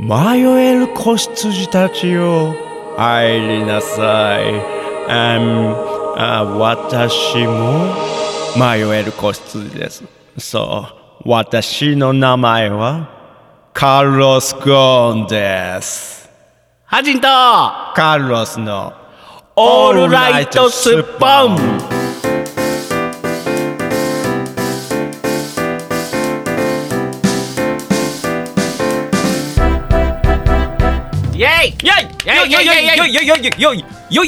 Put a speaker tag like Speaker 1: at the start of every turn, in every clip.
Speaker 1: 迷える子羊たちよ入りなさいあんあ私も迷える子羊ですそう私の名前はカルロス・ゴーンです
Speaker 2: ハジンと
Speaker 1: カルロスの
Speaker 2: オールライトスッポン
Speaker 3: やいやいやいやいやいやいや
Speaker 2: イェイ
Speaker 3: いやいやいやい
Speaker 2: よ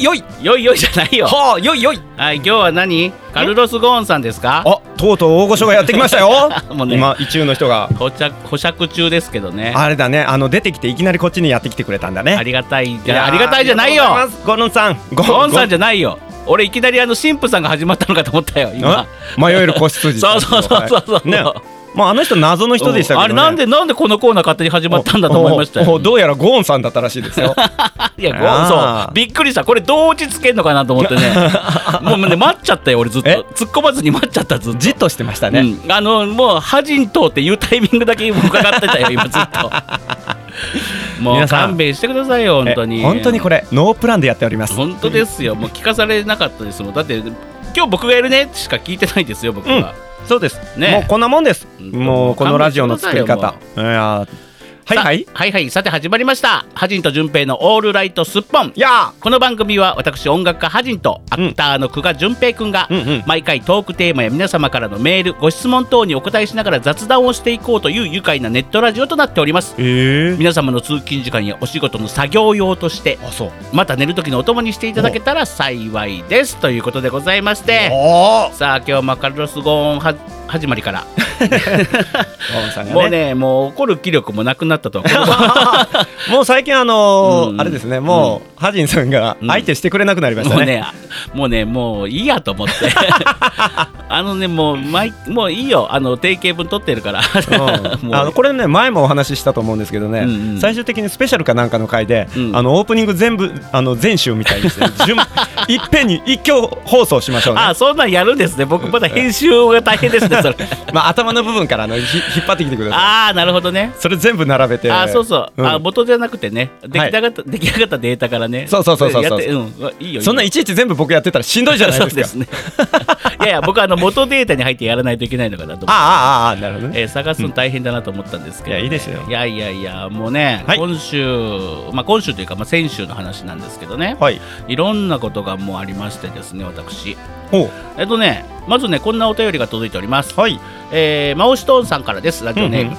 Speaker 2: いよいじゃないよ
Speaker 3: はあよいよい
Speaker 2: はい今日は何カルロス・ゴーンさんですか
Speaker 1: あとうとう大御所がやってきましたよ
Speaker 2: もうね
Speaker 1: 今一応の人が
Speaker 2: 保釈保釈中ですけどね
Speaker 1: あれだねあの出てきていきなりこっちにやってきてくれたんだね
Speaker 2: ありがたい
Speaker 1: い
Speaker 2: じ
Speaker 1: や
Speaker 2: ゃありがたいじゃないよ
Speaker 1: ありがとうございますゴノンさんゴ
Speaker 2: ゴーンさんじ
Speaker 1: ゃ
Speaker 2: ゃないよ俺いきなりあの神父さんが始まったのかと思ったよ今
Speaker 1: 迷える子羊
Speaker 2: そうそうそうそうそう
Speaker 1: ねまああの人謎の人でしたけどね
Speaker 2: あれなんでなんでこのコーナー勝手に始まったんだと思いました
Speaker 1: おお
Speaker 2: よ
Speaker 1: おどうやらゴーンさんだったらしいです よ
Speaker 2: いやゴーン
Speaker 1: あ
Speaker 2: そ
Speaker 1: ー
Speaker 2: うびっくりしたこれどう落ち着けんのかなと思ってねもうね待っちゃったよ俺ずっと
Speaker 1: え
Speaker 2: 突っ込まずに待っちゃったずっと
Speaker 1: じっとしてましたね、
Speaker 2: うん、あのもう「ハジンとっていうタイミングだけ伺って たよ今ずっともう
Speaker 1: 皆さん
Speaker 2: 勘弁してくださいよ本当に
Speaker 1: え本当にこれノープランでやっております
Speaker 2: 本当ですよもう聞かされなかったですもんだって今日僕がやるねしか聞いてないですよ僕は、
Speaker 1: そうです
Speaker 2: ね
Speaker 1: もうこんなもんです
Speaker 2: うん
Speaker 1: もうこのラジオの作り
Speaker 2: 勘弁
Speaker 1: 方
Speaker 2: して
Speaker 1: いやーはい
Speaker 2: さ
Speaker 1: はい
Speaker 2: はいはいさて始まりました「ハジンと順平のオールライトすっぽん」
Speaker 1: いや
Speaker 2: この番組は私音楽家ハジンとアクターの久賀淳平くんが
Speaker 1: うんうん
Speaker 2: 毎回トークテーマや皆様からのメールご質問等にお答えしながら雑談をしていこうという愉快なネットラジオとなっております
Speaker 1: ーえ
Speaker 2: 皆様の通勤時間やお仕事の作業用として
Speaker 1: ーあそう
Speaker 2: また寝る時のお供にしていただけたら幸いですということでございまして
Speaker 1: おー
Speaker 2: さあ今日もカルロス・ゴーンは始まりから
Speaker 1: ゴーンさんがね
Speaker 2: もうねもう怒る気力もなくなっ たと
Speaker 1: もう最近あのー
Speaker 2: うん
Speaker 1: あれですねもう、ハジンさんが
Speaker 2: うん
Speaker 1: 相手してくれなくなりまし
Speaker 2: も
Speaker 1: た
Speaker 2: う
Speaker 1: ね,、
Speaker 2: ねあもうねもういいやと思って あのねもう毎もういいよあの定型文取ってるから
Speaker 1: う
Speaker 2: も
Speaker 1: ん、あの
Speaker 2: う
Speaker 1: これね前もお話ししたと思うんですけどね、
Speaker 2: うんうん
Speaker 1: 最終的にスペシャルかなんかの回で、
Speaker 2: うん
Speaker 1: あのオープニング全部あの全集みたいにして順 いっぺんに一挙放送しましょうね
Speaker 2: あそんなんやるんですね僕まだ編集が大変です ねそれ
Speaker 1: まあ、頭の部分からあのひ引っ張ってきてくださ
Speaker 2: ああなるほどね
Speaker 1: いそれ全部並べて
Speaker 2: あそうそう、
Speaker 1: ん
Speaker 2: あ元じゃなくてね出来上がった、出来上がったデータからね
Speaker 1: そうそうそうそうそう
Speaker 2: やってうんいいよ
Speaker 1: そんない
Speaker 2: いよ
Speaker 1: いちいち全部僕やってたらしんどいじゃないですか
Speaker 2: そうですねいやいや僕あの元データに入ってやらないといけないのかなと思って
Speaker 1: ああああああなるほどね
Speaker 2: えー探すの大変だなと思ったんですけど、
Speaker 1: いやいいですよ
Speaker 2: いやいやいやもうね、
Speaker 1: はい
Speaker 2: 今週まあ今週というかまあ先週の話なんですけどね、
Speaker 1: はい
Speaker 2: いろんなことがもうありましてですね私
Speaker 1: ほ
Speaker 2: えっとねまずねこんなお便りが届いております
Speaker 1: うはい
Speaker 2: えー、マオシトーンさんからですラジオネー
Speaker 1: う
Speaker 2: ム、
Speaker 1: んうん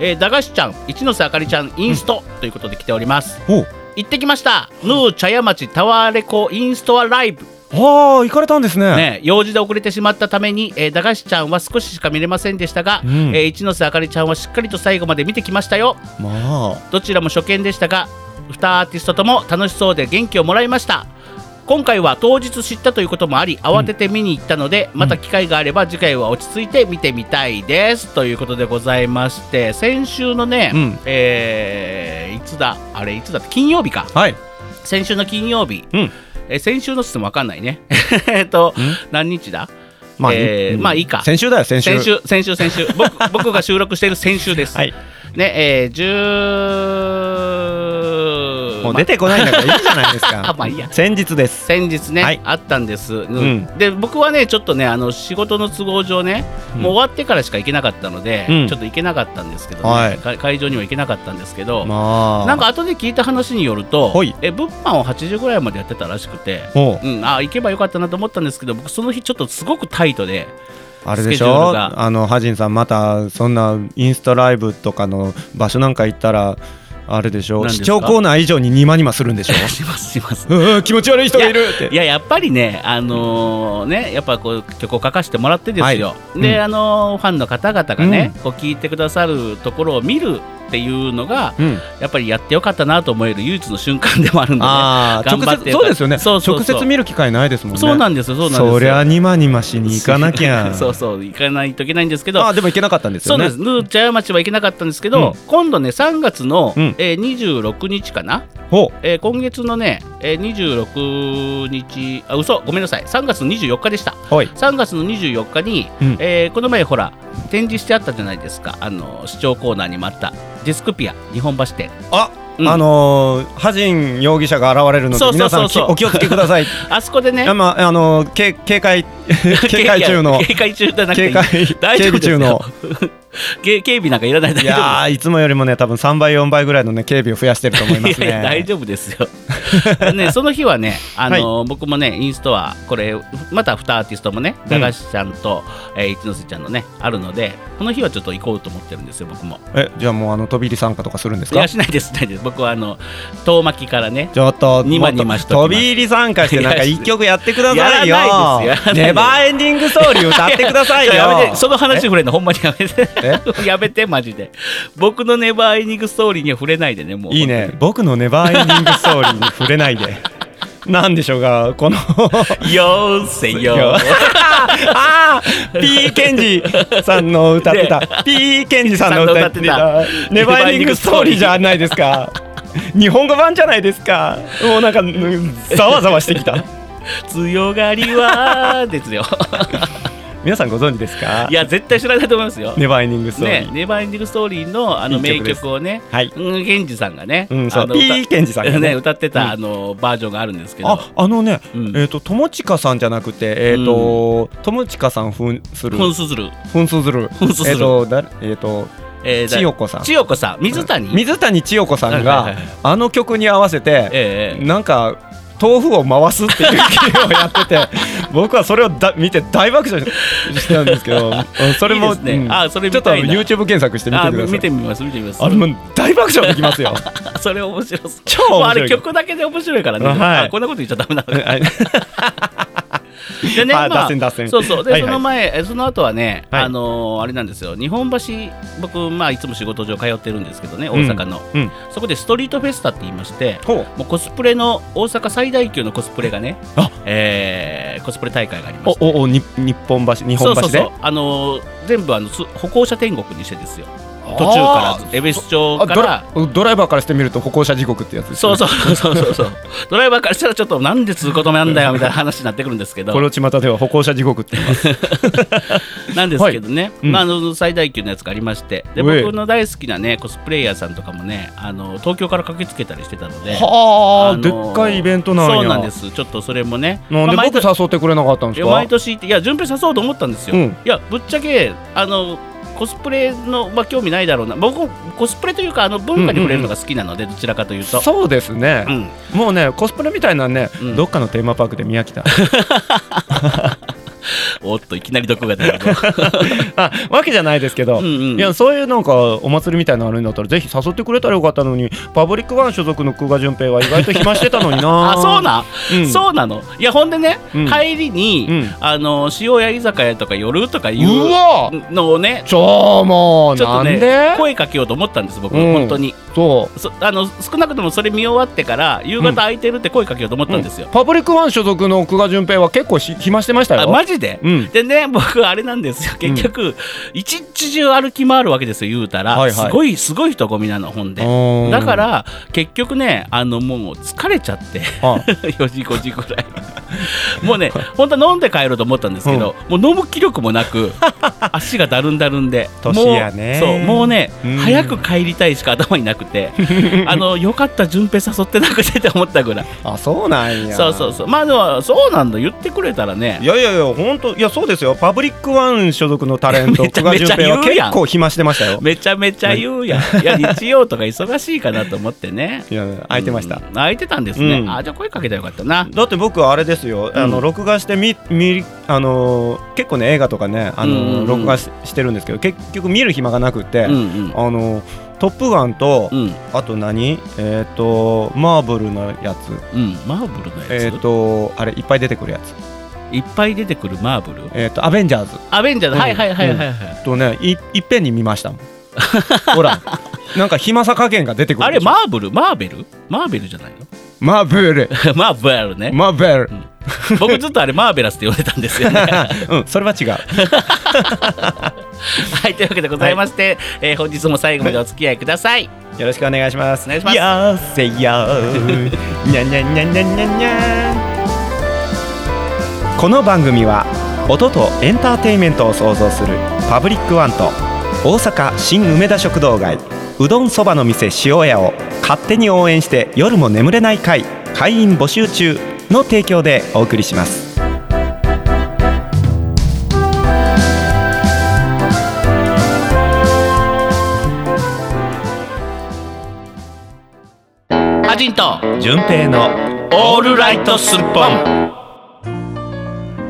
Speaker 2: えー駄菓子ちゃん一ノ瀬あかりちゃんインスト、ということで来ております
Speaker 1: ほう
Speaker 2: 行ってきましたヌー茶屋町タワーレコインストアライブ、
Speaker 1: ああ行かれたんですね
Speaker 2: ね、用事で遅れてしまったために、えー、駄菓子ちゃんは少ししか見れませんでしたが、
Speaker 1: うん
Speaker 2: えー一ノ瀬あかりちゃんはしっかりと最後まで見てきましたよ
Speaker 1: まあ
Speaker 2: どちらも初見でしたが2アーティストとも楽しそうで元気をもらいました今回は当日知ったということもあり慌てて見に行ったので、また機会があれば次回は落ち着いて見てみたいですということでございまして先週のね、
Speaker 1: うん
Speaker 2: えーいつだあれいつだって金曜日か
Speaker 1: はい
Speaker 2: 先週の金曜日、
Speaker 1: うん
Speaker 2: えー先週のっつっても分かんないね えっと
Speaker 1: ん
Speaker 2: 何日だ
Speaker 1: まあ、
Speaker 2: えー
Speaker 1: うん
Speaker 2: まあいいか
Speaker 1: 先週だよ先週
Speaker 2: 先週先週先週僕僕が収録している先週です、
Speaker 1: はい
Speaker 2: ねえー、10
Speaker 1: もう出てこないんだからいいじゃないです
Speaker 2: あ
Speaker 1: か
Speaker 2: まあいいや
Speaker 1: 先日です
Speaker 2: 先日ね、
Speaker 1: はい
Speaker 2: あったんです、うん
Speaker 1: ん
Speaker 2: で僕はねちょっとねあの仕事の都合上ね、
Speaker 1: うん
Speaker 2: もう終わってからしか行けなかったので、
Speaker 1: うん
Speaker 2: ちょっと行けなかったんですけど、ね
Speaker 1: はい
Speaker 2: か会場には行けなかったんですけど、
Speaker 1: まあ
Speaker 2: なんか後で聞いた話によると
Speaker 1: はい
Speaker 2: え物販を8時ぐらいまでやってたらしくて、
Speaker 1: もう
Speaker 2: うん、あ行けばよかったなと思ったんですけど僕その日ちょっとすごくタイトで
Speaker 1: あれで
Speaker 2: スケ
Speaker 1: し
Speaker 2: ジュール
Speaker 1: ょ
Speaker 2: が
Speaker 1: あのハジンさんまたそんなインスタライブとかの場所なんか行ったらあれでしょ
Speaker 2: 何です
Speaker 1: 視
Speaker 2: か
Speaker 1: 聴コーナー以上にニマニマするんで しょ
Speaker 2: しますします
Speaker 1: うー気持ち悪い人がいるって
Speaker 2: いややっぱりね、あのーねやっぱこう曲を書かせてもらってですよ、
Speaker 1: はい
Speaker 2: で、
Speaker 1: うん
Speaker 2: あのーファンの方々がね、こう聞いてくださるところを見るっていうのが、
Speaker 1: うん、
Speaker 2: やっぱりやってよかったなと思える唯一の瞬間でもあるんで、ね、
Speaker 1: ああ
Speaker 2: 頑張
Speaker 1: 直
Speaker 2: って
Speaker 1: 接そうですよね
Speaker 2: そうそうそう
Speaker 1: 直接見る機会ないですもんね
Speaker 2: そうなんですよ、そうなんですよ。
Speaker 1: そりゃニマニマしに行かなきゃ
Speaker 2: そうそう、行かないといけないんですけど、
Speaker 1: あーでも行けなかったんです
Speaker 2: そ
Speaker 1: よ
Speaker 2: うで
Speaker 1: ね
Speaker 2: す、ヌーチャヤ町は行けなかったんですけど、
Speaker 1: うん
Speaker 2: 今度ね、3月の、
Speaker 1: うん
Speaker 2: えー26日かな、
Speaker 1: ほう
Speaker 2: えー今月のね、えー26日あ嘘ごめんなさい3月の24日でした
Speaker 1: はい
Speaker 2: 3月の24日に、
Speaker 1: うん
Speaker 2: えーこの前ほら展示してあったじゃないですかあの視聴コーナーにもあったディスクピア日本橋店
Speaker 1: あ、
Speaker 2: うん
Speaker 1: あのー、ハジン容疑者が現れるので
Speaker 2: そうそう
Speaker 1: 皆
Speaker 2: そ
Speaker 1: さ
Speaker 2: うんそう
Speaker 1: きお気をつけくだ さい
Speaker 2: あそこでね
Speaker 1: あまああのー、け警 戒警戒中の
Speaker 2: いや警戒中じゃなくてい
Speaker 1: 警
Speaker 2: い
Speaker 1: 戒警
Speaker 2: 大丈
Speaker 1: 備
Speaker 2: 夫です
Speaker 1: 中の
Speaker 2: よけ警備なんかいらない大
Speaker 1: い
Speaker 2: 丈夫
Speaker 1: やーいつもよりもね多分3倍4倍ぐらいのね警備を増やしてると思いま
Speaker 2: ですすいやいや 大
Speaker 1: ね
Speaker 2: 丈夫です よねその日はねあの、僕もねインストアこれまた2アーティストもね
Speaker 1: ん
Speaker 2: 駄菓子ちゃんと、えー一ノ瀬ちゃんのねあるのでこの日はちょっと行こうと思ってるんですよ僕も
Speaker 1: えじゃあもうあの飛び入り参加とかするんです
Speaker 2: い
Speaker 1: か
Speaker 2: やしないですしないです僕はあの遠巻きからね
Speaker 1: ちょっと
Speaker 2: にまに
Speaker 1: も
Speaker 2: ま
Speaker 1: っ
Speaker 2: し
Speaker 1: と
Speaker 2: ときます
Speaker 1: 飛び入り参加してなんか一曲やってくださいよ
Speaker 2: やらないですやらないです
Speaker 1: ネバーエンディングストーリー歌ってくださいよ
Speaker 2: いややめてその話触れるのほんまにやめて やめてマジで僕のネバーエンディングストーリーには触れないでねもう
Speaker 1: いいね僕のネバーエンディングストーリーに触れないでなんでしょうがこの
Speaker 2: よーせよ
Speaker 1: よあー P ケンジさんの歌ってた P ケンジさんの歌ってたネバーエンディングストーリーじゃないですか日本語版じゃないですかもうなんかうんざわざわしてきた
Speaker 2: 強がりはで すよ
Speaker 1: 皆さんご存知ですか
Speaker 2: いや絶対知らないと思いますよ
Speaker 1: ネバーエンディングストーリー、
Speaker 2: ね、ネバーエンディングストーリーのあの
Speaker 1: いい
Speaker 2: 名
Speaker 1: 曲です
Speaker 2: 曲をね、
Speaker 1: はい
Speaker 2: うん、ケンジさんがね、
Speaker 1: うんそう
Speaker 2: あの
Speaker 1: P ケンジさんがね
Speaker 2: ね歌ってた、
Speaker 1: うん
Speaker 2: あのバージョンがあるんですけど、
Speaker 1: ああのね、
Speaker 2: うん
Speaker 1: えっ、と友近さんじゃなくてえっ、と、友近さん扮する
Speaker 2: フンスズル、
Speaker 1: 扮する
Speaker 2: 扮する
Speaker 1: えっ、とだえっ、と
Speaker 2: えーだ
Speaker 1: 千代子さん
Speaker 2: 千代子さん、水谷、
Speaker 1: 水谷千代子さん
Speaker 2: はい
Speaker 1: が
Speaker 2: はいはい
Speaker 1: あの曲に合わせて、
Speaker 2: ええ
Speaker 1: なんか豆腐を回すっていう芸をやってて 僕はそれをだ見て大爆笑してたんですけ どうんそれも
Speaker 2: いいですね
Speaker 1: うん
Speaker 2: あそれ見
Speaker 1: ちょっと
Speaker 2: たいな
Speaker 1: YouTube 検索してみて
Speaker 2: あ
Speaker 1: くださ
Speaker 2: 見て
Speaker 1: い
Speaker 2: みます、見てみます。
Speaker 1: あれもう大爆笑でき ますよ
Speaker 2: それ面白そう。
Speaker 1: 超面白い
Speaker 2: もうあれ曲だけで面白いからね。
Speaker 1: はい
Speaker 2: あこんなこと言っちゃダ メなの。
Speaker 1: はい
Speaker 2: で ね、
Speaker 1: あ
Speaker 2: まあ
Speaker 1: 脱線脱線
Speaker 2: そうそう。で、
Speaker 1: はいはい
Speaker 2: その前、えその後はね、
Speaker 1: はい
Speaker 2: あのーあれなんですよ。日本橋、僕まあいつも仕事上通ってるんですけどね、大
Speaker 1: うん
Speaker 2: 阪の、
Speaker 1: うん
Speaker 2: そこでストリートフェスタって言いまして、
Speaker 1: ほう
Speaker 2: もうコスプレの大阪最大級のコスプレがね
Speaker 1: あ、
Speaker 2: えーコスプレ大会がありま
Speaker 1: お
Speaker 2: して。
Speaker 1: おおに日本橋日本
Speaker 2: そう
Speaker 1: 橋
Speaker 2: そうそ
Speaker 1: で
Speaker 2: う、あのー全部あのす歩行者天国にしてですよ、途中から、恵比寿町
Speaker 1: あ
Speaker 2: か
Speaker 1: ド
Speaker 2: ら
Speaker 1: ラドライバーからしてみると歩行者地獄ってやつです
Speaker 2: そ
Speaker 1: ね
Speaker 2: うそうそうそうそうそう。ドライバーからしたらちょっとなんで通行止めなんだよみたいな話になってくるんですけど
Speaker 1: こ、れを巷では歩行者地獄って言います
Speaker 2: なんですけどね、
Speaker 1: うん
Speaker 2: まああの最大級のやつがありまして、で
Speaker 1: うえ
Speaker 2: 僕の大好きなねコスプレイヤーさんとかもね、あの東京から駆けつけたりしてたので。
Speaker 1: はあ、
Speaker 2: あの
Speaker 1: でっかいイベントなんや
Speaker 2: そうなんですちょっとそれもね
Speaker 1: なんで
Speaker 2: まあ毎
Speaker 1: 僕
Speaker 2: 年
Speaker 1: 誘ってくれなかったんです
Speaker 2: いや
Speaker 1: か
Speaker 2: 毎年っていや順平誘おうと思ったんですよ、
Speaker 1: うん
Speaker 2: いやぶっちゃけあのコスプレの、まあ、興味ないだろうな僕コスプレというかあの文化に触れるのが好きなので、どちらかというと
Speaker 1: そうですね
Speaker 2: う、ん、
Speaker 1: もうねコスプレみたいなね、
Speaker 2: うん
Speaker 1: どっかのテーマパークで見飽きた
Speaker 2: おっといきなり毒が出 る
Speaker 1: あわけじゃないですけど、
Speaker 2: うんうん
Speaker 1: いやそういうなんかお祭りみたいなのあるんだったらぜひ誘ってくれたらよかったのにパブリックワン所属の久我淳平は意外と暇してたのにな
Speaker 2: あそうなん、
Speaker 1: うん
Speaker 2: そうなのいやほんでね、
Speaker 1: うん
Speaker 2: 帰りに、
Speaker 1: うん
Speaker 2: あの塩屋居酒屋とか寄るとかいう
Speaker 1: わ
Speaker 2: うのをね
Speaker 1: ちょーもう
Speaker 2: ちょっ
Speaker 1: な
Speaker 2: と
Speaker 1: ん
Speaker 2: ね
Speaker 1: で
Speaker 2: 声かけようと思ったんです僕、
Speaker 1: うん
Speaker 2: 本当に
Speaker 1: そう
Speaker 2: そあの少なくともそれ見終わってから夕方空いてるって声かけようと思ったんですよ、
Speaker 1: パブリックワン所属の久我淳平は結構し暇してましたよ
Speaker 2: あマジで、
Speaker 1: うん
Speaker 2: でね僕あれなんですよ結局、一日中歩き回るわけですよ言うたら、
Speaker 1: はいはい
Speaker 2: すごいすごい人混みなのほんで
Speaker 1: うん
Speaker 2: だから結局ねあのもう疲れちゃって
Speaker 1: あ
Speaker 2: 4時5時ぐらい もうね本当は飲んで帰ろうと思ったんですけど、もう飲む気力も なく足がだるんだるんで
Speaker 1: 年やね
Speaker 2: もうそうもうね、
Speaker 1: うん
Speaker 2: 早く帰りたいしか頭になく てあのよかった順平誘ってなくてって思ったぐらい
Speaker 1: あそうなんや
Speaker 2: そうそうそうまあでもそうなんだ言ってくれたらね
Speaker 1: いやいやいや本当いやそうですよパブリックワン所属のタレント
Speaker 2: めちゃ
Speaker 1: 久我淳平は
Speaker 2: めちゃ言うやん
Speaker 1: 結構暇してましたよ
Speaker 2: めちゃめちゃ言 うやんいや日曜とか忙しいかなと思ってね
Speaker 1: いや 空いてました、
Speaker 2: うん空いてたんですね、
Speaker 1: うん
Speaker 2: あじゃあ声かけたらよかったな
Speaker 1: だって僕あれですよ、あ
Speaker 2: う
Speaker 1: の
Speaker 2: ん
Speaker 1: 録画してみみあのー結構ね映画とかねあのー、
Speaker 2: うんうんうん
Speaker 1: 録画ししてるんですけど結局見る暇がなくて、
Speaker 2: うんうん
Speaker 1: あのートップガンと、
Speaker 2: うん
Speaker 1: あと何えっ、とマーブルのやつ
Speaker 2: うんマーブルのやつ、
Speaker 1: えっ、とあれいっぱい出てくるやつ
Speaker 2: いっぱい出てくるマーブル
Speaker 1: えっ、とアベンジャーズ
Speaker 2: アベンジャーズ、
Speaker 1: うん
Speaker 2: はいはいはいはいはい。
Speaker 1: とねいいっぺんに見ま したもんほらなんか暇さ加減が出てくる
Speaker 2: あれ
Speaker 1: でしょ
Speaker 2: マーブルマーベルマーベルじゃないの
Speaker 1: マーブル
Speaker 2: マーベルね。
Speaker 1: マーベル、
Speaker 2: うん僕ずっとあれマーベラスって呼んでたんです よね
Speaker 1: うん、それは違う。
Speaker 2: はいというわけでございまして、えー本日も最後までお付き合いください
Speaker 1: よろしくお願いします。
Speaker 2: お願いします
Speaker 1: やーせやー。にゃにゃにゃにゃにゃにゃー。この番組は音とエンターテインメントを創造するパブリックワンと大阪新梅田食堂街うどんそばの店塩屋を勝手に応援して夜も眠れない会会員募集中の提供でお送りします。
Speaker 2: アジンと
Speaker 1: 順平の
Speaker 2: オールライトスッポン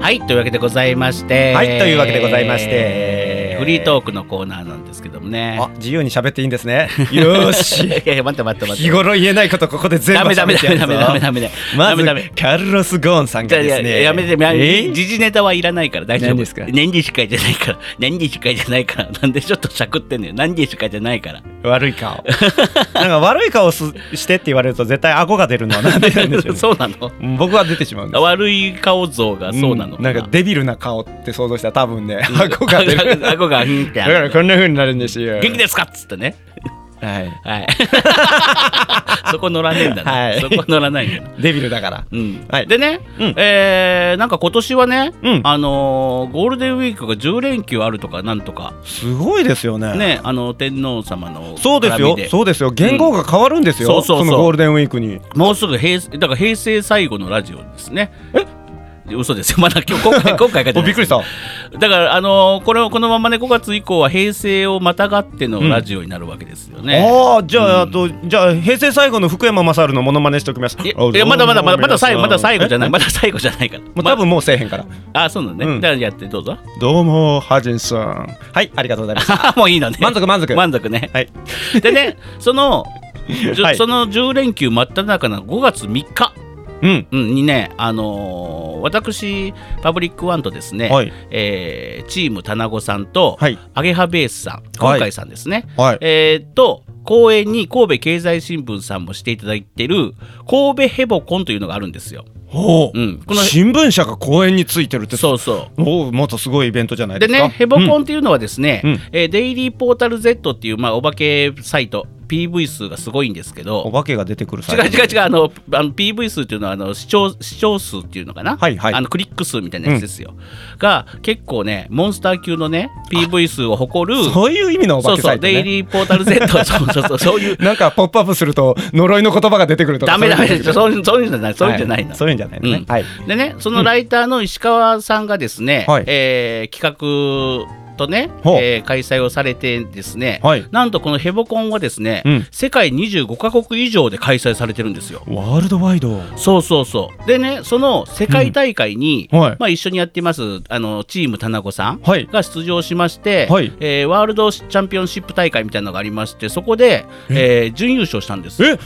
Speaker 2: はいというわけでございまして
Speaker 1: はいというわけでございまして
Speaker 2: えーフリートークのコーナーなんですけどもね
Speaker 1: あ自由に喋っていいんですね。よー
Speaker 2: い
Speaker 1: し。
Speaker 2: やいや待って待って待っ
Speaker 1: 日
Speaker 2: て
Speaker 1: 頃言えないことここで全部
Speaker 2: ダメダメ
Speaker 1: 喋ってや
Speaker 2: ダメ
Speaker 1: るぞ
Speaker 2: ダメダメダメダメ
Speaker 1: ま
Speaker 2: ダメダメ
Speaker 1: ずカルロス・ゴーンさん
Speaker 2: じ
Speaker 1: が
Speaker 2: ゃあ
Speaker 1: で
Speaker 2: いや
Speaker 1: す
Speaker 2: いや
Speaker 1: ね
Speaker 2: やめてやめ
Speaker 1: え
Speaker 2: て
Speaker 1: ー
Speaker 2: 時事ネタはいらないから大丈夫
Speaker 1: 何ですか
Speaker 2: 年次司会じゃないから 年次司会じゃないから なんでちょっとしゃくってんのよ年次司会じゃないから
Speaker 1: 悪い顔なんか悪い顔すしてって言われると絶対顎が出るのはなんでなんでしょうね
Speaker 2: そうなの
Speaker 1: うん僕は出てしまうんです
Speaker 2: 悪い顔像がそうなの
Speaker 1: んなんかデビルな顔って想像したら多分ね顎が 出るだ
Speaker 2: 顎がヒンってあ
Speaker 1: か
Speaker 2: る
Speaker 1: らこんな風になるんですよ
Speaker 2: 元気ですかっつってね
Speaker 1: はい
Speaker 2: はい そこ乗らねえんだな、
Speaker 1: はい
Speaker 2: そこ乗らないんだな
Speaker 1: デビルだから
Speaker 2: うん
Speaker 1: はい
Speaker 2: でね、
Speaker 1: うん
Speaker 2: えーなんか今年はね、
Speaker 1: うん
Speaker 2: あのーゴールデンウィークが10連休あるとかなんとか
Speaker 1: すごいですよね
Speaker 2: ねあの天皇様の
Speaker 1: そうです
Speaker 2: 絡み
Speaker 1: よ
Speaker 2: で
Speaker 1: そうですよ言語が変わるんですよ、
Speaker 2: うんそうそうそう
Speaker 1: のゴールデンウィークに
Speaker 2: もうすぐ平成だから平成最後のラジオですね。え嘘ですよまだ今日今 回今回がじ
Speaker 1: お
Speaker 2: ゃな
Speaker 1: びっ
Speaker 2: い
Speaker 1: くりした
Speaker 2: だからあのーこれをこのままね5月以降は平成をまたがってのラジオになるわけですよね。
Speaker 1: ああじゃあ、
Speaker 2: うん
Speaker 1: あとじゃあ平成最後の福山雅治のモノマネしておきます。
Speaker 2: いやいやまだまだまだまだ最後まだ最後じゃない
Speaker 1: い。
Speaker 2: まだ最後じゃないから。
Speaker 1: もう多分もうせえへんから。
Speaker 2: まあそうなのね。
Speaker 1: うん
Speaker 2: だからやってどうぞ。
Speaker 1: どうもハジンさん。はいありがとうございます。
Speaker 2: あもういいのね。
Speaker 1: 満足満足
Speaker 2: 満足ね。
Speaker 1: はい。
Speaker 2: でねそのじゅ
Speaker 1: はい
Speaker 2: その10連休真っ只中の5月3日、
Speaker 1: うん。
Speaker 2: うんにねあのー私パブリックワンとですね、
Speaker 1: はい
Speaker 2: えーチーム田名子さんと、
Speaker 1: はい
Speaker 2: アゲハベースさん、
Speaker 1: はい
Speaker 2: 今回さんですね。
Speaker 1: はい。
Speaker 2: えーっと、公演に神戸経済新聞さんもしていただいてる神戸ヘボコンというのがあるんですよ。
Speaker 1: おお、
Speaker 2: うん、この
Speaker 1: 新聞社が公園についてるって。
Speaker 2: そうそ
Speaker 1: おおもっとすごいイベントじゃな
Speaker 2: う。
Speaker 1: い
Speaker 2: で
Speaker 1: ですか。
Speaker 2: ね、ヘボコ
Speaker 1: ン。
Speaker 2: ンっていうのはですね、
Speaker 1: うん
Speaker 2: えーデイリーポータル Z っていう、まあ、お化けサイト、PV 数がすごいんですけ
Speaker 1: お
Speaker 2: ど、
Speaker 1: 化けが出てくる
Speaker 2: 違
Speaker 1: サ
Speaker 2: う
Speaker 1: イト。
Speaker 2: 違う違う、あの、あの PV 数っていうのはあの視聴、視聴数っていうのかな、
Speaker 1: はいはい
Speaker 2: あのクリック数みたいなやつですよ。が、結構ね、モンスター級のね、PV 数を誇る、
Speaker 1: そういう意味のお
Speaker 2: そ
Speaker 1: 化
Speaker 2: う
Speaker 1: けサ
Speaker 2: そう、
Speaker 1: イト、ね。
Speaker 2: デイリーポータル Z、そうそうそう、 そういう、
Speaker 1: なんかポップアップすると呪いの言葉が出てくるとか。
Speaker 2: ダメダメ
Speaker 1: そういうの
Speaker 2: そういうそういうんじゃないそういうんじゃないの、
Speaker 1: はそういうんじゃないのね。
Speaker 2: うん
Speaker 1: はい。
Speaker 2: でねそのライターの石川さんがですね、
Speaker 1: はい
Speaker 2: えー企画とね、
Speaker 1: ほう
Speaker 2: えー開催をされてですね、
Speaker 1: はい
Speaker 2: なんとこのヘボコンはですね、
Speaker 1: うん
Speaker 2: 世界25カ国以上で開催されてるんですよ
Speaker 1: ワールドワイド。
Speaker 2: そうそうそうでねその世界大会に、
Speaker 1: うんはい
Speaker 2: まあ、一緒にやってますあのチーム田中さん
Speaker 1: はい。
Speaker 2: が出場しまして、
Speaker 1: はい
Speaker 2: えーワールドチャンピオンシップ大会みたいなのがありましてそこで、えー準優勝したんです
Speaker 1: え、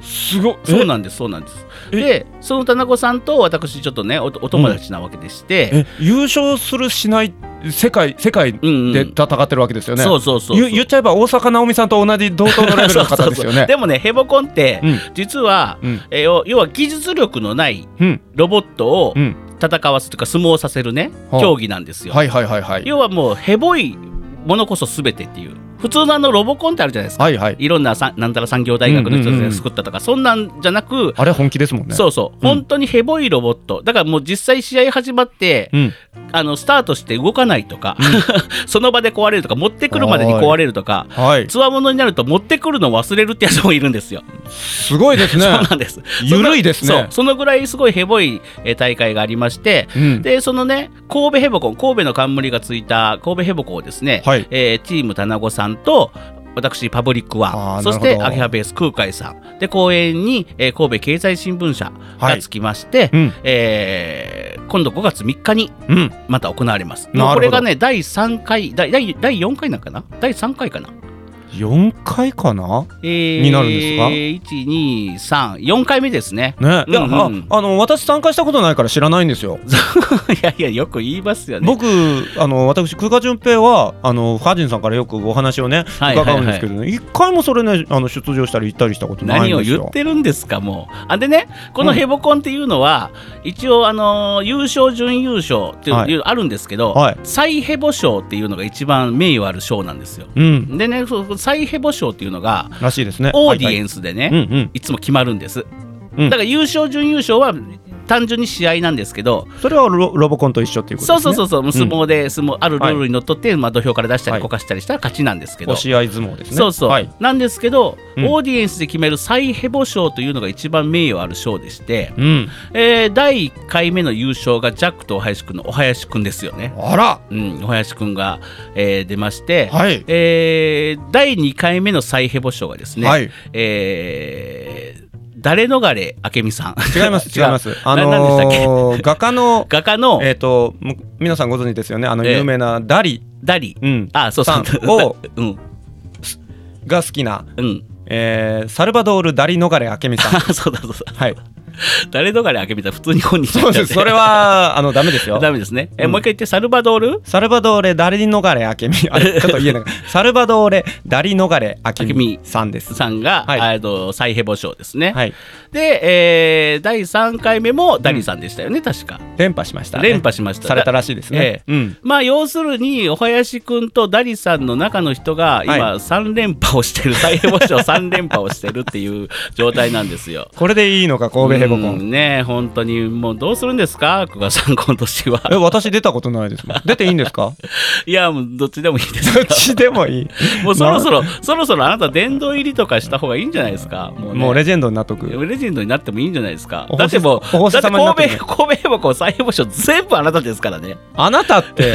Speaker 1: すごい。
Speaker 2: そうなんです、そうなんです。
Speaker 1: え
Speaker 2: で、その田中さんと私、ちょっとねお、お友達なわけでして、
Speaker 1: え優勝するしない世界世界で
Speaker 2: うんうん
Speaker 1: 戦ってるわけですよね。
Speaker 2: そうそうそうそう
Speaker 1: ゆ言っちゃえば大坂なおみさんと同じ同等のレベルの 方ですよね。
Speaker 2: でもね、ヘボコンって、
Speaker 1: うん
Speaker 2: 実は、
Speaker 1: うん
Speaker 2: えー要要は技術力のない
Speaker 1: うん
Speaker 2: ロボットを
Speaker 1: うん
Speaker 2: 戦わすというか、相撲させるね、
Speaker 1: はあ
Speaker 2: 競技なんですよ。
Speaker 1: はいはいはいはい。
Speaker 2: 要はもう、ヘボいものこそ全てっていう、普通のあのロボコンってあるじゃないですか、
Speaker 1: はいはい。
Speaker 2: いろんなさんなんたら産業大学の人た
Speaker 1: うんう
Speaker 2: ち
Speaker 1: んうん
Speaker 2: が作ったとか、そんなんじゃなく、
Speaker 1: あれ本気ですもんね。
Speaker 2: そうそう、
Speaker 1: うん
Speaker 2: 本当にヘボいロボット、だからもう実際、試合始まって、
Speaker 1: うん。
Speaker 2: あのスタートして動かないとか、 その場で壊れるとか持ってくるまでに壊れるとか。
Speaker 1: はい。
Speaker 2: つわものになると持ってくるのを忘れるってやつもいるんですよ。
Speaker 1: すごいですね
Speaker 2: そう。なんです。
Speaker 1: ゆるいですね
Speaker 2: そんなそう、そのぐらいすごいヘボいえー大会がありまして、
Speaker 1: うん
Speaker 2: でそのね神戸ヘボコン神戸の冠がついた神戸ヘボコンをですね、
Speaker 1: はい
Speaker 2: えーチーム田中さんと私パブリック
Speaker 1: あ
Speaker 2: ワン
Speaker 1: ー
Speaker 2: そし
Speaker 1: なる
Speaker 2: て
Speaker 1: ほど
Speaker 2: アゲハベース空海さんで公演に、えー神戸経済新聞社
Speaker 1: は
Speaker 2: が
Speaker 1: い
Speaker 2: つきまして、
Speaker 1: うん
Speaker 2: えー今度5月3日に
Speaker 1: うん。
Speaker 2: また行われます。
Speaker 1: なるほど
Speaker 2: これがね、第3回、第第第4回なんかな第3回かな
Speaker 1: 四回かな
Speaker 2: えー
Speaker 1: になるんですか
Speaker 2: 一二三四回目ですね。
Speaker 1: ね、いや、
Speaker 2: うんうん
Speaker 1: ああの私参加したことないから知らないんですよ。
Speaker 2: いやいやよく言いますよね。
Speaker 1: 僕あの私空間順平はあのファジンさんからよくお話をね
Speaker 2: はい
Speaker 1: 伺うんですけどね一、回もそれねあの出場したり行ったりしたことない
Speaker 2: 何
Speaker 1: ん
Speaker 2: を
Speaker 1: です
Speaker 2: 言っ
Speaker 1: よ。
Speaker 2: てるんですかもうあでねこのヘボコンっていうのは、一応あのー優勝準優勝っていう、
Speaker 1: はい
Speaker 2: いうあるんですけど、
Speaker 1: はい
Speaker 2: 最ヘボ賞っていうのが一番名誉ある賞なんですよ
Speaker 1: うん
Speaker 2: でねそう最ヘボ賞っていうのが
Speaker 1: らしいですね。
Speaker 2: オーディエ
Speaker 1: ン
Speaker 2: ンスでね、
Speaker 1: うんうん
Speaker 2: いつも決まるんです、
Speaker 1: うん
Speaker 2: だから優勝準優勝は単純に試合なんですけど、
Speaker 1: それはロロボコンと一緒っていうことです
Speaker 2: そ
Speaker 1: ね。
Speaker 2: うそうそううそう相撲で相撲あるルールにのっとって、まあ、土俵から出した
Speaker 1: は
Speaker 2: り
Speaker 1: い
Speaker 2: こかしたりしたら勝ちなんですけど、
Speaker 1: 押し合い相撲ですね。
Speaker 2: そうそう、
Speaker 1: はい。
Speaker 2: なんですけど、
Speaker 1: うん
Speaker 2: オーディエンスで決める最ヘボ賞というのが一番名誉ある賞でして、
Speaker 1: うん。
Speaker 2: えー第1回目の優勝がジャックとお林くんのお林くんですよね。
Speaker 1: あら
Speaker 2: うん、お林くんが、えー出まして、
Speaker 1: はい
Speaker 2: えー第2回目の最ヘボ賞がですね、
Speaker 1: はい
Speaker 2: えー誰逃れ明美さん。
Speaker 1: 違います 違います。あ
Speaker 2: ななんでしたっけ
Speaker 1: のー、画家の
Speaker 2: 画家の
Speaker 1: えっ、とむ皆さんご存知ですよねあの
Speaker 2: ええ
Speaker 1: 有名なダリ、
Speaker 2: ダリ、
Speaker 1: うん
Speaker 2: あそうそう
Speaker 1: さんを
Speaker 2: うん
Speaker 1: が好きな、
Speaker 2: うん
Speaker 1: えーサルバドール・ダリ逃れ明美さん。
Speaker 2: あそうだそうだ
Speaker 1: はい。
Speaker 2: 誰逃れ明美さん普通に本人に
Speaker 1: そ
Speaker 2: な
Speaker 1: う
Speaker 2: っちゃ
Speaker 1: で
Speaker 2: って
Speaker 1: す。それはあのダメですよ。
Speaker 2: ダメですね。え、
Speaker 1: うん
Speaker 2: もう一回言って、サルバドール
Speaker 1: サルバドーレ・ダリ逃れ明美。あれちょっと言えない。サルバドーレ・ダリ逃れ明美さんです。
Speaker 2: さんが、
Speaker 1: はい
Speaker 2: えっと、再ヘボ賞ですね。
Speaker 1: はい。
Speaker 2: で、えー第3回目もダリさんでしたよね、確か。
Speaker 1: 連覇しました、ね。
Speaker 2: 連覇しました
Speaker 1: されたらしいですね。
Speaker 2: ええ
Speaker 1: うん。
Speaker 2: まあ、要するに、お林くんとダリさんの中の人が、今、
Speaker 1: は
Speaker 2: 3連覇をしてる、再ヘボ賞3連覇をしてるっていう状態なんですよ。
Speaker 1: これでいいのか神戸ヘボコ
Speaker 2: う
Speaker 1: ン。
Speaker 2: んねえ本当に、もうどうするんですか、久我さん、今年は。
Speaker 1: え私出たことないですもん。出ていいんですか？
Speaker 2: いや、もうどっちでもいいです
Speaker 1: ど
Speaker 2: け
Speaker 1: っ
Speaker 2: ど。
Speaker 1: ちでもいい。
Speaker 2: もうそろそろ、そろそろあなた殿堂入りとかした方がいいんじゃないですか。もう,、ね、
Speaker 1: もうレジェンドになっとく。
Speaker 2: レジェンドになってもいいんじゃないですか
Speaker 1: お。
Speaker 2: だ
Speaker 1: 星
Speaker 2: ってもう、
Speaker 1: お星
Speaker 2: だって
Speaker 1: 様になって
Speaker 2: 神
Speaker 1: るね
Speaker 2: 戸、 神戸もこう再編募賞全部あなたですからね。
Speaker 1: あなた って。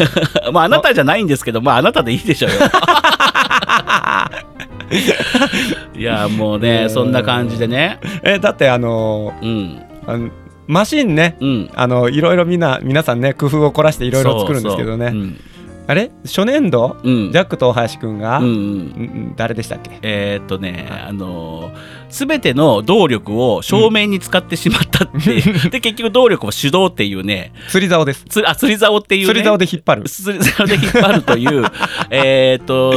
Speaker 2: まあ、あなたじゃないんですけど、まあ、あなたでいい でしょうよ。いや、もうね、そんな感じでね。
Speaker 1: えだってあの
Speaker 2: うん、
Speaker 1: ーあのマシンね
Speaker 2: うん。
Speaker 1: あのいろいろみんな皆さんね工夫を凝らしてい
Speaker 2: い
Speaker 1: ろいろ作るんですけどね
Speaker 2: うん。
Speaker 1: あれ初年度、
Speaker 2: うん
Speaker 1: ジャックと大林くんが、
Speaker 2: うんう
Speaker 1: うん
Speaker 2: ん
Speaker 1: うん誰でしたっけ
Speaker 2: えーっとね、あのす、べての動力を正面に使ってしまったってい う、で結局動力を手動っていうね、
Speaker 1: 釣り竿です、
Speaker 2: つあ釣り竿っていう、ね、
Speaker 1: 釣り竿で引っ張る
Speaker 2: それそれで引っ張るという えーっと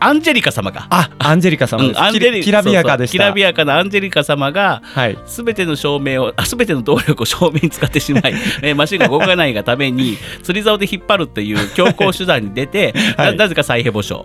Speaker 2: アンジェリカ様が、
Speaker 1: あアンジェリカ様
Speaker 2: う
Speaker 1: です、
Speaker 2: ん、アンジ
Speaker 1: き
Speaker 2: ェ
Speaker 1: ら
Speaker 2: リ
Speaker 1: きらびやかでした
Speaker 2: そうそうきらびやかなアンジェリカ様が
Speaker 1: はい
Speaker 2: すべての照明をあすべての動力を照明に使ってし まい、えーマシンが動かないがために釣り竿で引っ張るという強硬手段に出て、
Speaker 1: はい
Speaker 2: ななぜか再ヘボ賞、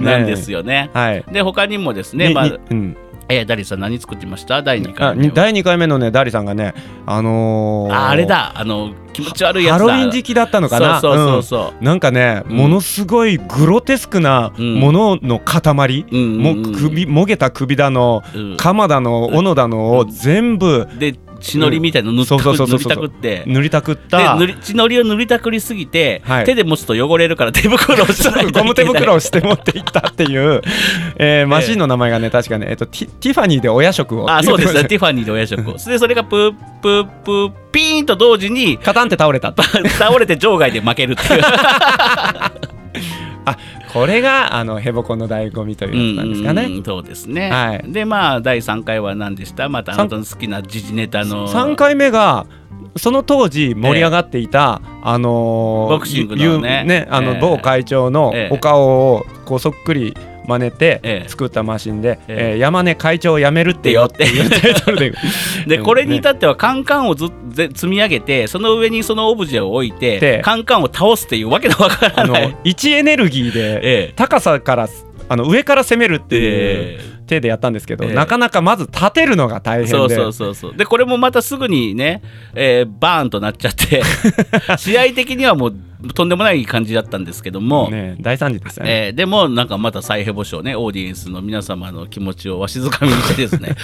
Speaker 1: い
Speaker 2: なんですよね。
Speaker 1: はい
Speaker 2: で他にもですね、
Speaker 1: に
Speaker 2: まあ
Speaker 1: にうん、
Speaker 2: えーダリさん何作ってました第2
Speaker 1: あ
Speaker 2: 回目
Speaker 1: に
Speaker 2: は
Speaker 1: 第2回目のねダリさんがねあのー、
Speaker 2: ああれだあの気持ち悪いや
Speaker 1: ハ
Speaker 2: つだ
Speaker 1: ロウィン時期だったのかな
Speaker 2: そうそうそうそう、
Speaker 1: うんなんかね、
Speaker 2: うん
Speaker 1: ものすごいグロテスクなものの塊、
Speaker 2: うんうん
Speaker 1: も
Speaker 2: うんうん
Speaker 1: 首もげた首だの
Speaker 2: うん
Speaker 1: 鎌だの斧だのを全部
Speaker 2: で血のりみたいなの塗った
Speaker 1: そうそうそうそ
Speaker 2: く塗
Speaker 1: う
Speaker 2: りたくって。
Speaker 1: 塗りたくっ
Speaker 2: で
Speaker 1: た
Speaker 2: 塗り血のりを塗りたくりすぎて、
Speaker 1: はい
Speaker 2: 手で持つと汚れるから手袋をしないといけない
Speaker 1: ゴム手袋をして持っていったって いう、えーマシンの名前がね確かね、えっと、ティティファニーで親食を
Speaker 2: あそうですね
Speaker 1: ね
Speaker 2: ティファニーで親食をでそれがプープープーピーンと同時に
Speaker 1: カタンって倒れた
Speaker 2: 倒れて場外で負けるっていう
Speaker 1: あこれがあのヘボコンの醍醐味と いうやつなんですか
Speaker 2: うんうんう
Speaker 1: ね
Speaker 2: んそうですね、
Speaker 1: はい
Speaker 2: でまあ第3回は何でしたまたあなたの好きな時事ネタの
Speaker 1: 3回目がその当時盛り上がっていた、あのー
Speaker 2: ボクシングのね
Speaker 1: ゆあの
Speaker 2: ええ
Speaker 1: 某会長の
Speaker 2: ええ
Speaker 1: お顔をこうそっくり真似
Speaker 2: え
Speaker 1: て
Speaker 2: え
Speaker 1: 作ったマシンで「
Speaker 2: ええ
Speaker 1: えー山根会長を辞めるってよ」っていうタイトルで
Speaker 2: でこれに至ってはカンカンをずぜ積み上げてその上にそのオブジェを置いて
Speaker 1: で
Speaker 2: カンカンを倒すっていうわけのわから
Speaker 1: あの
Speaker 2: ない
Speaker 1: 1エネルギーで
Speaker 2: え
Speaker 1: 高さからあの上から攻めるっ
Speaker 2: え
Speaker 1: ていう手でやったんですけど、
Speaker 2: ええ
Speaker 1: なかなかまず立てるのが大変で
Speaker 2: そうそうそうそうでこれもまたすぐにね、えーバーンとなっちゃって 試合的にはもうとんでもない感じだったんですけども、
Speaker 1: ね、大惨事でしたね。
Speaker 2: えーでもなんかまた再ヘボ賞ねオーディエンスの皆様の気持ちをわしづかみにしてです ね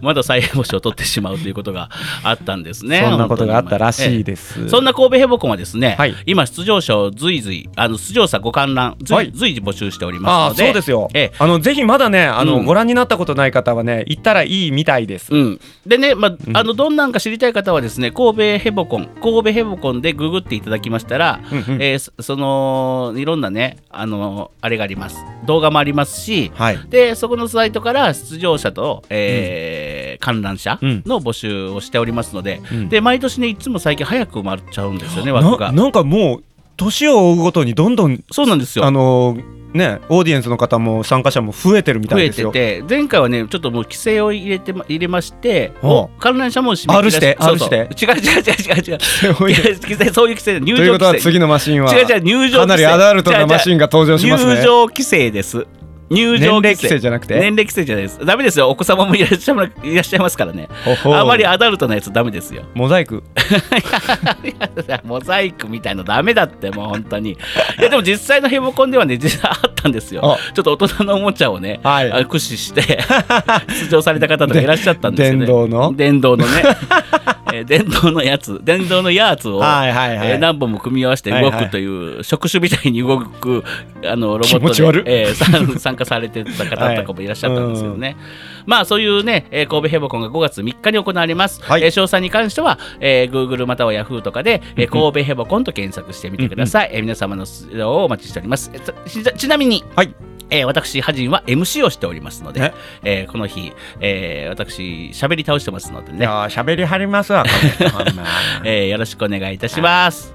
Speaker 2: また再ヘボ賞を取ってしまうということがあったんですね
Speaker 1: そんなことがあったら
Speaker 2: 本当
Speaker 1: し
Speaker 2: に
Speaker 1: いです。
Speaker 2: そんな神戸ヘボコンはですね、
Speaker 1: はい
Speaker 2: 今出場者を随々あの出場者ご観覧随,、
Speaker 1: はい
Speaker 2: 随時募集しており
Speaker 1: あ
Speaker 2: ま
Speaker 1: あ
Speaker 2: すので
Speaker 1: そうですよ、
Speaker 2: ええ
Speaker 1: あのぜひまだねあの、
Speaker 2: うん
Speaker 1: ご覧になったことない方はね行ったらいいみたいです、
Speaker 2: うん、でね、まあ、あのどんなんか知りたい方はですね神戸ヘボコン神戸ヘボコンでググっていただきましたたら、
Speaker 1: うんうん
Speaker 2: えーそそのいろんなねあのあれがあります動画もありますし、
Speaker 1: はい
Speaker 2: でそこのサイトから出場者と、えー観覧者
Speaker 1: うん
Speaker 2: の募集をしておりますので、
Speaker 1: うん
Speaker 2: で毎年ねいつも最近早く埋まっちゃうんですよね枠
Speaker 1: な
Speaker 2: が。
Speaker 1: なんかもう年を追うごとにどんどん
Speaker 2: そうなんですよ
Speaker 1: あのねオーディエンスの方も参加者も増えてるみた
Speaker 2: 増
Speaker 1: い
Speaker 2: え
Speaker 1: です
Speaker 2: て
Speaker 1: よ。
Speaker 2: て前回はねちょっともう規制を入れてま入れまして
Speaker 1: ほ
Speaker 2: 観覧者も締め切ら
Speaker 1: R して
Speaker 2: そうそう
Speaker 1: R
Speaker 2: 違う違う違う違う違う
Speaker 1: 多いね
Speaker 2: いや規制 そういう規制入
Speaker 1: という
Speaker 2: 場
Speaker 1: ことは
Speaker 2: 規制
Speaker 1: 次のマシンは
Speaker 2: 違う違う入場規制
Speaker 1: かなりアダルトなマシンが登場しますね
Speaker 2: 入。場規制です入
Speaker 1: 年
Speaker 2: 場
Speaker 1: 齢
Speaker 2: 規
Speaker 1: 規制
Speaker 2: 制
Speaker 1: じゃなく
Speaker 2: 年
Speaker 1: て
Speaker 2: 齢規制じゃないですダメですよお子様もいらっしゃいいらっしゃいますからね
Speaker 1: ほほう
Speaker 2: あまりアダルトなやつダメですよ
Speaker 1: モザイク
Speaker 2: いやモザイクみたいのダメだってもう本当にいやでも実際のヘボコンではね実際あったんですよ
Speaker 1: あ
Speaker 2: ちょっと大人のおもちゃをね、
Speaker 1: はい
Speaker 2: あ駆使して 出場された方とかいらっしゃったんですよ
Speaker 1: で
Speaker 2: ね
Speaker 1: 電動の
Speaker 2: 電動のね、 えー電動のやつ電動のやつを
Speaker 1: はいはいはい
Speaker 2: えー何本も組み合わせて動くという触手みたいに動くあのロボットで
Speaker 1: 気持ち悪っ
Speaker 2: えーさん参加 されてた方とかもいらっしゃったんですけどね、まあそういうね、えー神戸ヘボコンが5月3日に行われます、
Speaker 1: はい
Speaker 2: えー詳細に関しては、えー Google または Yahoo とかで、えー神戸ヘボコンと検索してみてください、えー皆様の出場をお待ちしておりますえーとしちなみに、
Speaker 1: はい
Speaker 2: えー私ハジンは MC をしておりますので
Speaker 1: え、
Speaker 2: えーこの日、えー私喋り倒してますのでね
Speaker 1: や喋りはりますわ。
Speaker 2: えーよろしくお願いいたします。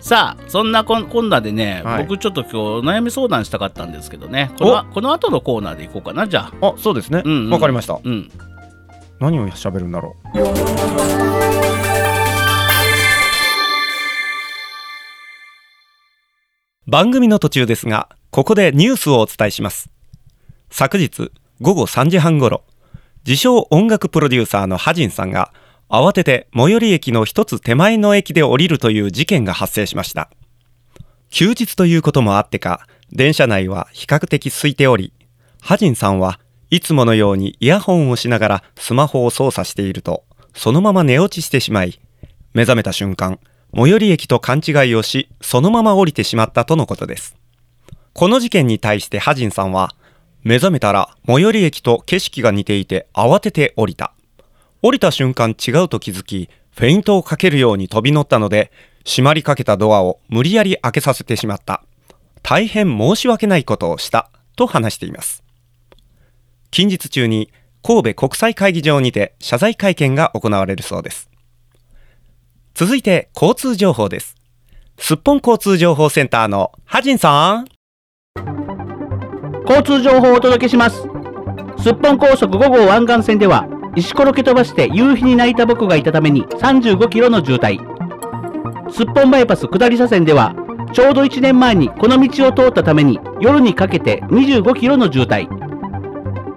Speaker 2: さあそんなこんこんなでね、
Speaker 1: はい
Speaker 2: 僕ちょっと今日悩み相談したかったんですけどねこのこの後のコーナーでいこうかなじゃあ。
Speaker 1: あそうですね。わ、
Speaker 2: うんうん
Speaker 1: かりました。
Speaker 2: うん、
Speaker 1: 何を喋るんだろう。番組の途中ですが、ここでニュースをお伝えします。昨日午後3時半ごろ、自称音楽プロデューサーのハジンさんが慌てて最寄り駅の一つ手前の駅で降りるという事件が発生しました。休日ということもあってか、電車内は比較的空いており、ハジンさんはいつものようにイヤホンをしながらスマホを操作していると、そのまま寝落ちしてしまい、目覚めた瞬間、最寄り駅と勘違いをし、そのまま降りてしまったとのことです。この事件に対してハジンさんは、目覚めたら最寄り駅と景色が似ていて慌てて降りた。降りた瞬間違うと気づき、フェイントをかけるように飛び乗ったので、閉まりかけたドアを無理やり開けさせてしまった。大変申し訳ないことをした。と話しています。近日中に神戸国際会議場にて謝罪会見が行われるそうです。続いて交通情報です。すっぽん交通情報センターのハジンさん。
Speaker 2: 交通情報をお届けしますすっぽん高速5号湾岸線では石ころけ飛ばして夕日に泣いた僕がいたために35キロの渋滞すっぽんバイパス下り車線ではちょうど1年前にこの道を通ったために夜にかけて25キロの渋滞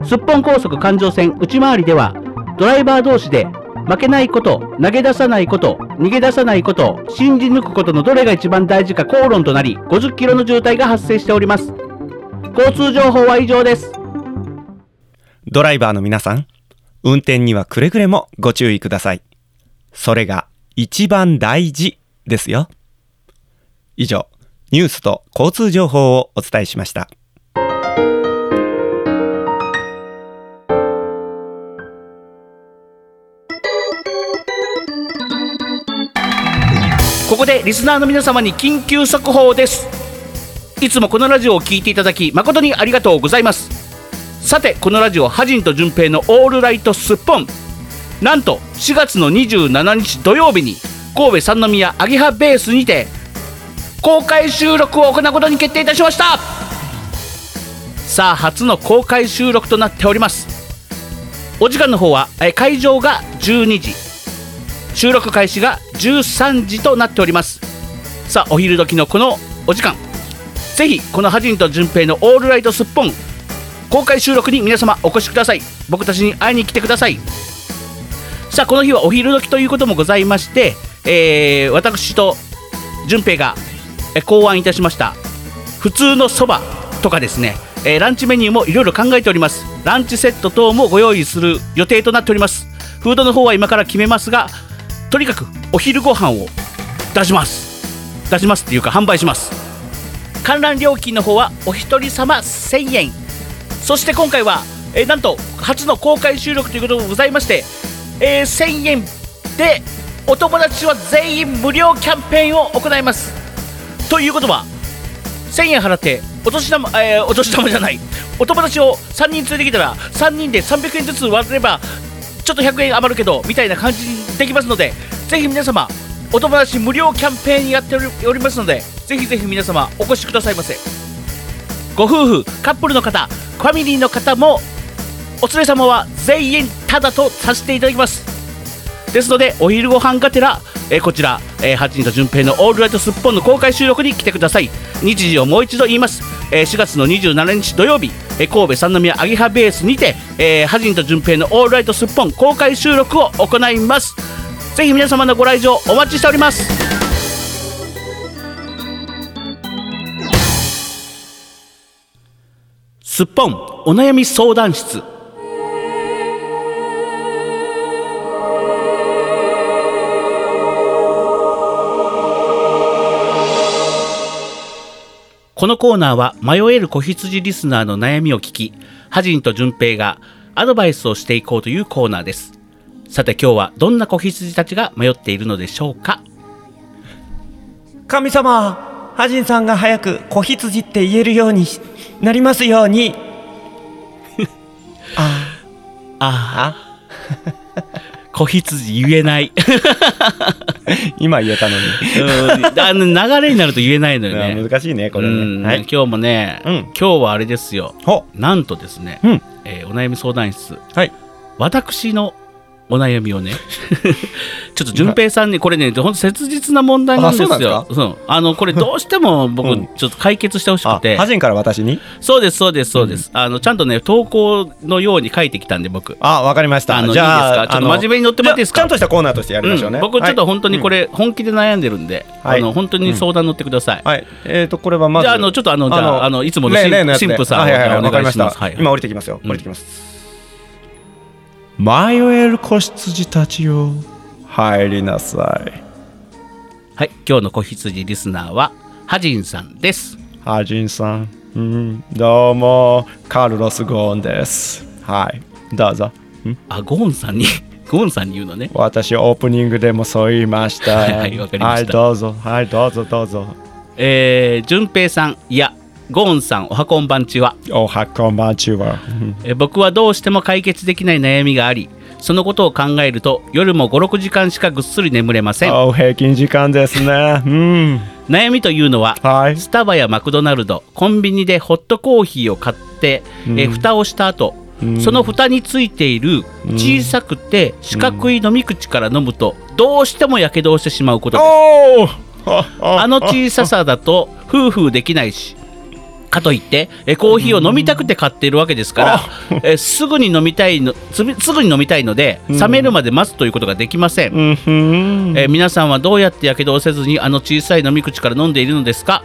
Speaker 2: すっぽん高速環状線内回りではドライバー同士で負けないこと投げ出さないこと逃げ出さないこと信じ抜くことのどれが一番大事か口論となり50キロの渋滞が発生しております交通情報は以上です
Speaker 1: ドライバーの皆さん、運転にはくれぐれもご注意ください。それが一番大事ですよ。以上、ニュースと交通情報をお伝えしました。
Speaker 2: ここでリスナーの皆様に緊急速報ですいつもこのラジオを聞いていただき誠にありがとうございますさてこのラジオ「ハジンと順平のオールライトすっぽん」なんと4月の27日土曜日に神戸三宮アゲハベースにて公開収録を行うことに決定いたしましたさあ初の公開収録となっておりますお時間の方はえ会場が12時収録開始が13時となっておりますさあお昼時のこのお時間ぜひこのハジンと順平のオールライトすっぽん公開収録に皆様お越しください僕たちに会いに来てくださいさあこの日はお昼時ということもございまして、えー私と順平がえ考案いたしました普通のそばとかですね、えーランチメニューもいろいろ考えておりますランチセット等もご用意する予定となっておりますフードの方は今から決めますがとにかくお昼ご飯を出します出しますっていうか販売します観覧料金の方はお一人様1000円そして今回は、えーなんと初の公開収録ということもございまして、えー1000円でお友達は全員無料キャンペーンを行いますということは1000円払ってお年玉、えーお年玉じゃないお友達を3人連れてきたら3人で300円ずつ割ればちょっと100円余るけどみたいな感じにできますのでぜひ皆様お友達無料キャンペーンやっておりおりますのでぜひぜひ皆様お越しくださいませご夫婦カップルの方ファミリーの方もお連れ様は全員タダとさせていただきますですのでお昼ご飯がてら、えーこちら、えー、8人と順平の「オールライトスッポン」の公開収録に来てください日時をもう一度言います、えー4月の27日土曜日、えー神戸三宮アゲハベースにて、えー、8人と順平の「オールライトスッポン」公開収録を行いますぜひ皆様のご来場お待ちしておりますすっぽんお悩み相談室このコーナーは迷える子羊リスナーの悩みを聞き、ハジンと順平がアドバイスをしていこうというコーナーです。さて今日はどんな子羊たちが迷っているのでしょうか
Speaker 4: 神様ハジンさんが早く子羊って言えるようにしなりますよう に
Speaker 2: ああ。子羊言えない。
Speaker 5: 今言えた のに、
Speaker 2: うん あの流れになると言えないのよね。
Speaker 5: 難しいねこれ
Speaker 2: うん
Speaker 5: ねはい
Speaker 2: 今日もね、
Speaker 5: うん
Speaker 2: 今日はあれですよ。
Speaker 5: ほ
Speaker 2: なんとですね、
Speaker 5: うん
Speaker 2: えーお悩み相談室、
Speaker 5: はい
Speaker 2: 私のお悩みをね ちょっと順平さんにこれねほんと切実な問題なんです
Speaker 5: あそうなん
Speaker 2: よ
Speaker 5: で
Speaker 2: そうあのこれどうし ても
Speaker 5: う
Speaker 2: 僕
Speaker 5: ん
Speaker 2: ちょっと解決してほし
Speaker 5: あ
Speaker 2: くて、
Speaker 5: ハジンから私に
Speaker 2: そうですそうですそうです、あのちゃんとね投稿のように書いてきたんで僕
Speaker 5: あわかりました
Speaker 2: あの
Speaker 5: じゃあ
Speaker 2: いいですかちょっと
Speaker 5: あの
Speaker 2: 真面目に乗ってもらっていいです
Speaker 5: じ
Speaker 2: か
Speaker 5: ゃあちゃんとしたコーナーとしてやりましょうね、
Speaker 2: うん僕ちょっと
Speaker 5: はい
Speaker 2: 本当にこれ本気で悩んでるんで、
Speaker 5: はい
Speaker 2: あの本当に相談乗ってください、
Speaker 5: はい、えっ、と、これはまず。
Speaker 2: じゃああのちょっとあのじゃああのいつもの
Speaker 5: 例
Speaker 2: 神
Speaker 5: 例のやつで
Speaker 2: 神父さんを
Speaker 5: あはいはいはい、
Speaker 2: お願い
Speaker 5: わかりまし
Speaker 2: しま
Speaker 5: た
Speaker 2: すはい
Speaker 5: 今降りてきますよ。
Speaker 2: うん
Speaker 5: 降りてきます。
Speaker 1: 迷える子羊たちよ入りなさい
Speaker 2: はい今日の子羊リスナーはハジンさんです
Speaker 1: ハジンさん、うん、どうもカルロス・ゴーンですはいどうぞ
Speaker 2: あゴーンさんに ゴーンさんに言うのね
Speaker 1: 私オープニングでもそう言いました
Speaker 2: はいはいわかりま
Speaker 1: は
Speaker 2: した
Speaker 1: いどうぞはいどうぞどうぞ
Speaker 2: えー、順平さんいやゴーンさんおはこんばんちは、
Speaker 1: おはこんばんちはうん
Speaker 2: えー僕はどうしても解決できない悩みがありそのことを考えると夜も56時間しかぐっすり眠れません
Speaker 1: お平均時間ですねうん
Speaker 2: 悩みというのは
Speaker 1: はい
Speaker 2: スタバやマクドナルドコンビニでホットコーヒーを買って、えー蓋をした後、その蓋についている小さくて四角い飲み口から飲むとどうしてもやけどをしてしまうことです
Speaker 1: おおあ
Speaker 2: あの小ささだと夫婦できないし。かといってえコーヒーを飲みたくて買っているわけですからえすぐに飲みたいのつみすぐに飲みたいので冷めるまで待つということができません、
Speaker 1: うんふん
Speaker 2: えー皆さんはどうやってやけどをせずにあの小さい飲み口から飲んでいるのですか、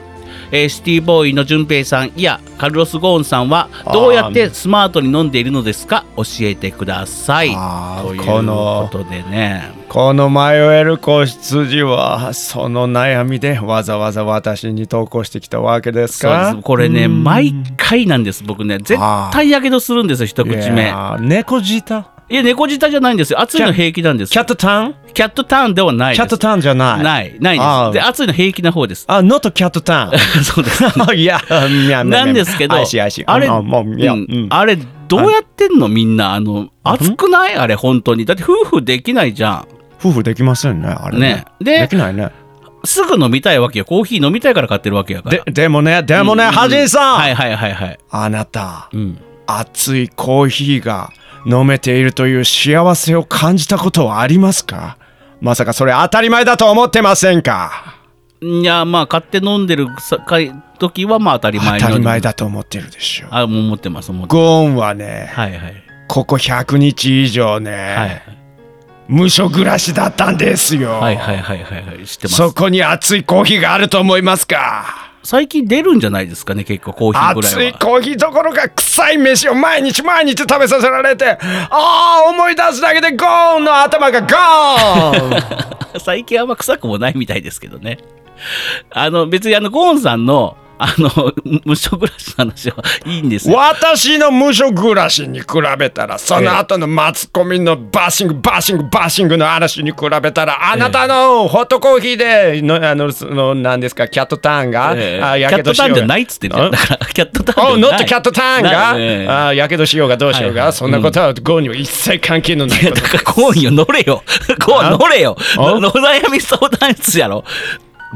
Speaker 2: えーシティボーイの順平さんいやカルロス・ゴーンさんはどうやってスマートに飲んでいるのですか教えてください
Speaker 1: あー
Speaker 2: という
Speaker 1: この
Speaker 2: ことでね
Speaker 1: この迷える子羊はその悩みでわざわざ私に投稿してきたわけです
Speaker 2: そうで
Speaker 1: か
Speaker 2: すこれね毎回なんです僕ね絶対やけどするんですよ一口
Speaker 1: い
Speaker 2: 目
Speaker 1: やー猫舌
Speaker 2: いや猫舌じゃないんですよ熱いの平気なんです
Speaker 1: キャットターン
Speaker 2: キャットターンではない
Speaker 1: キ
Speaker 2: で
Speaker 1: ャ
Speaker 2: す
Speaker 1: ットターンじゃない
Speaker 2: ないない
Speaker 1: あ
Speaker 2: ん
Speaker 1: ー
Speaker 2: ですで熱いの平気な方です
Speaker 1: あ、ノットキャットター
Speaker 2: そうです
Speaker 1: ン。いや、いや
Speaker 2: なんですけど、
Speaker 1: あしあし。
Speaker 2: あれ、
Speaker 1: あもう、いや、
Speaker 2: う
Speaker 1: うんん。
Speaker 2: あれどうやってんのみんな、あの、熱くないあれ、本当に。だって夫婦できないじゃ
Speaker 1: 夫婦できませんね、あれ
Speaker 2: ん。ね
Speaker 1: ね。。で
Speaker 2: で
Speaker 1: き、ないね。
Speaker 2: すぐ飲みたいわけよ。コーヒー飲みたいから買ってるわけやから。
Speaker 1: で、でもね、でもね、
Speaker 2: うん
Speaker 1: ハジン
Speaker 2: は
Speaker 1: さん
Speaker 2: いはいはいはい。
Speaker 1: あなた、
Speaker 2: うん。
Speaker 1: 熱いコーヒーが飲めているという幸せを感じたことはありますかまさかそれ当たり前だと思ってませんか
Speaker 2: いや、まあ、買って飲んでるさかい時は、まあ、当たり前
Speaker 1: 当
Speaker 2: に
Speaker 1: たり前。だと思ってるでしょう。
Speaker 2: あ、もう持ってます、持って
Speaker 1: ゴーンはね、
Speaker 2: はいはい。
Speaker 1: ここ100日以上ね、
Speaker 2: はい
Speaker 1: 無所暮らしだったんですよ。
Speaker 2: はいはいはいはいはい。知ってま
Speaker 1: そ
Speaker 2: す。
Speaker 1: こに熱いコーヒーがあると思いますか
Speaker 2: 最近出るんじゃないですかね、結構コーヒーぐらいは。
Speaker 1: 熱い コーヒーどころか臭い飯を毎日毎日食べさせられてああ思い出すだけでゴーンの頭がゴーン
Speaker 2: 最近あんま臭くもないみたいですけどね。あの別にあのゴーンさんのあの む無償暮らしの話はいいんですよ。
Speaker 1: 私の無所暮らしに比べたらその後のマツコミのバッシングバッシングバッシングの嵐に比べたらあなたのホットコーヒーでのあのその何ですかキャットターンが、
Speaker 2: ええ
Speaker 1: あや
Speaker 2: キャ
Speaker 1: け
Speaker 2: ッ
Speaker 1: ど
Speaker 2: ト
Speaker 1: し
Speaker 2: ター
Speaker 1: よ
Speaker 2: ン
Speaker 1: う
Speaker 2: じゃ
Speaker 1: が
Speaker 2: ないっつってんじゃんだからキャットター
Speaker 1: お
Speaker 2: ン
Speaker 1: ノ
Speaker 2: じ
Speaker 1: ッ
Speaker 2: ゃな
Speaker 1: ト
Speaker 2: い
Speaker 1: キャットターンが、
Speaker 2: ないええ
Speaker 1: あやけどしようがどうしようが、
Speaker 2: はい
Speaker 1: そんなことはゴーには一切関係のない
Speaker 2: いや
Speaker 1: こと
Speaker 2: だからこうよ乗れ よこう乗れよののお悩み相談室やろ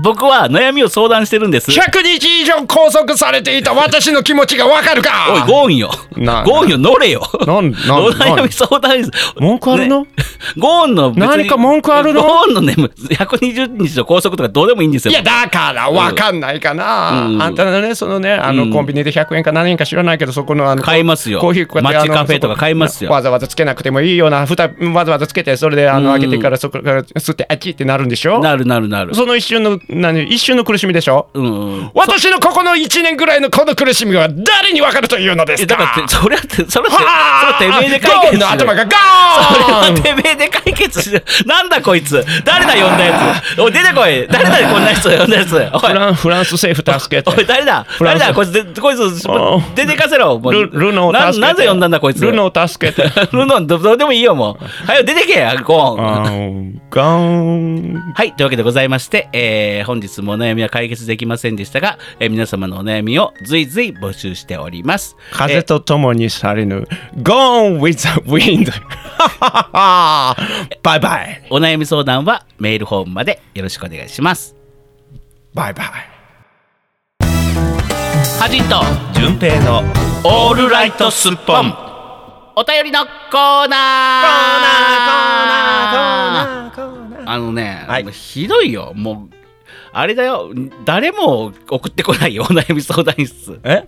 Speaker 2: 僕は悩みを相談してるんです
Speaker 1: 100日以上拘束されていた私の気持ちがわかる
Speaker 2: おい
Speaker 1: か
Speaker 2: ゴーンよ
Speaker 1: な
Speaker 2: ゴーンよ乗れよ
Speaker 1: なんなん
Speaker 2: お悩み相談室
Speaker 1: 文句あるの
Speaker 2: ねゴーンの別に
Speaker 1: 何か文句あるの
Speaker 2: ゴーンのね120日の拘束とかどうでもいいんですよ
Speaker 1: いやだからわかんないかな、
Speaker 2: うん
Speaker 1: あんたのねそのねあのコンビニで100円か何円か知らないけどそこのあの
Speaker 2: 買いますよ
Speaker 1: コーヒーこうやって
Speaker 2: 街
Speaker 1: あの
Speaker 2: カフェと
Speaker 1: そ
Speaker 2: か
Speaker 1: こ
Speaker 2: 買いますよ
Speaker 1: わざわざつけなくてもいいような蓋わざわざつけてそれであの開けてからそこから吸ってあっちってなるんでしょ
Speaker 2: なるなるなる
Speaker 1: その一瞬の何一瞬の苦しみでしょ
Speaker 2: うんうん
Speaker 1: 私のここの1年ぐらいのこの苦しみが誰にわかるというので
Speaker 2: いや
Speaker 1: す
Speaker 2: だ
Speaker 1: か
Speaker 2: からってそれはってそれは
Speaker 1: は
Speaker 2: っ
Speaker 1: あ
Speaker 2: てそれはてめえで解
Speaker 1: ゴ
Speaker 2: 決
Speaker 1: ーの頭 がガーン
Speaker 2: てめえで解決しなんだこいつ誰だ呼んだやつおい出てこい誰だこんなやつ呼んだやつお
Speaker 1: フ
Speaker 2: い
Speaker 1: ランフランス政府助けて
Speaker 2: おい誰だ
Speaker 1: ランス
Speaker 2: 誰だこいつでこいつ
Speaker 1: ー
Speaker 2: 出てかせろもう
Speaker 1: ルルノを
Speaker 2: な
Speaker 1: 助けて
Speaker 2: なぜ呼んだんだこいつ
Speaker 1: ルノを助けて
Speaker 2: ルノどどうでもいいよもうはい出てけゴーン
Speaker 1: あーガーン
Speaker 2: はい。というわけでございまして、えー本日もお悩みは解決できませんでしたが、えー皆様のお悩みを随随募集しております。
Speaker 1: 風と共に去りぬ Gone with the wind バイバイ
Speaker 2: お悩み相談はメールフォームまでよろしくお願いします。
Speaker 1: バイバイ
Speaker 2: はじんと
Speaker 6: 順平の
Speaker 2: オールライトスッポンお便りのコーナーコーナーコーナーコーナーあのね、もうひどいよもうあれだよ誰も送ってこないよお 悩み相談室
Speaker 1: え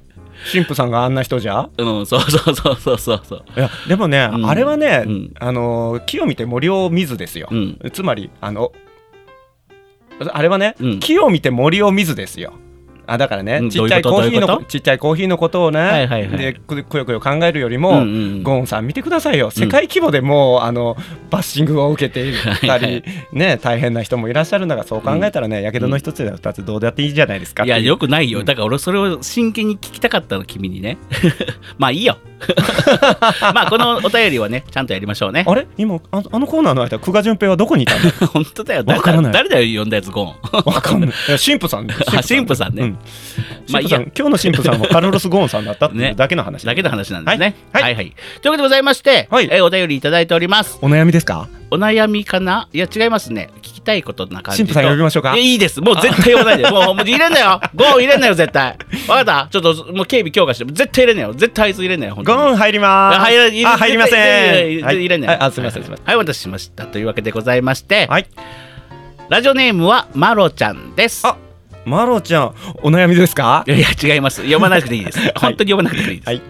Speaker 1: 神父さんがあんな人じゃ
Speaker 2: うんそうそうそうそうそうそう
Speaker 1: いやでもね、
Speaker 2: うん
Speaker 1: あれはね、
Speaker 2: うん
Speaker 1: あのー木を見て森を見ずですよ、
Speaker 2: うん
Speaker 1: つまりあのあれはね、
Speaker 2: うん
Speaker 1: 木を見て森を見ずですよあだからね、
Speaker 2: うん
Speaker 1: ちっちゃい
Speaker 2: どう
Speaker 1: コー
Speaker 2: いうこと
Speaker 1: ヒー
Speaker 2: どういう
Speaker 1: の
Speaker 2: こと
Speaker 1: ちっちゃいコーヒーのことをね、
Speaker 2: はいはいはい
Speaker 1: でくくよくよ考えるよりも、
Speaker 2: うんうんうん
Speaker 1: ゴーンさん見てくださいよ世界規模でもう、あのバッシングを受けていたり、
Speaker 2: はいは
Speaker 1: ね大変な人もいらっしゃるんだがそう考えたらね、やけどの一つや二つどうだっていいじゃないですか
Speaker 2: いや
Speaker 1: ってう
Speaker 2: よくないよだから俺それを真剣に聞きたかったの君にね まあいいよ まあこのお便りはねちゃんとやりましょうね
Speaker 1: あれ今ああのコーナーの間久我淳平はどこにい たんだ
Speaker 2: 本当だよ誰
Speaker 1: わからな
Speaker 2: だ
Speaker 1: い
Speaker 2: 誰だよ呼んだやつゴン
Speaker 1: わかんないいや神父さん
Speaker 2: あ神父さんね、
Speaker 1: うん
Speaker 2: まあ
Speaker 1: 神
Speaker 2: いい
Speaker 1: 父さ
Speaker 2: や
Speaker 1: ん、今日の神父さんはカルロス・ゴーンさんだったっていうだけの話、
Speaker 2: だけの話なんですね。は、
Speaker 1: はいい
Speaker 2: は、
Speaker 1: はい
Speaker 2: というわけでございまして、
Speaker 1: はい
Speaker 2: えーお便りいただいております。
Speaker 1: お悩みですか
Speaker 2: お悩みかないや、違いますね。聞きたいことな感じ
Speaker 1: 神父
Speaker 2: と。
Speaker 1: さん呼びましょうか
Speaker 2: いやいいです。もう絶対呼ばないで。もう、もう入れんなよ。ゴー入れんなよ、絶対。わかったちょっと、もう警備強化して、絶対入れんなよ。絶対あいつ入れんなよ。本当
Speaker 1: ゴ
Speaker 2: に
Speaker 1: ーン入りま
Speaker 2: あ
Speaker 1: す
Speaker 2: 入ら入れ
Speaker 1: あ入りません
Speaker 2: 入れ入れない。
Speaker 1: はいはいあすみませんすみませ
Speaker 2: はい、お待たせしました。というわけでございまして、
Speaker 1: んはい
Speaker 2: ラジオネームはマロちゃんです。
Speaker 1: あマロちゃんお悩みですか
Speaker 2: いやいや違います。読まなくていいです。本当に読まなくていいです。
Speaker 1: はい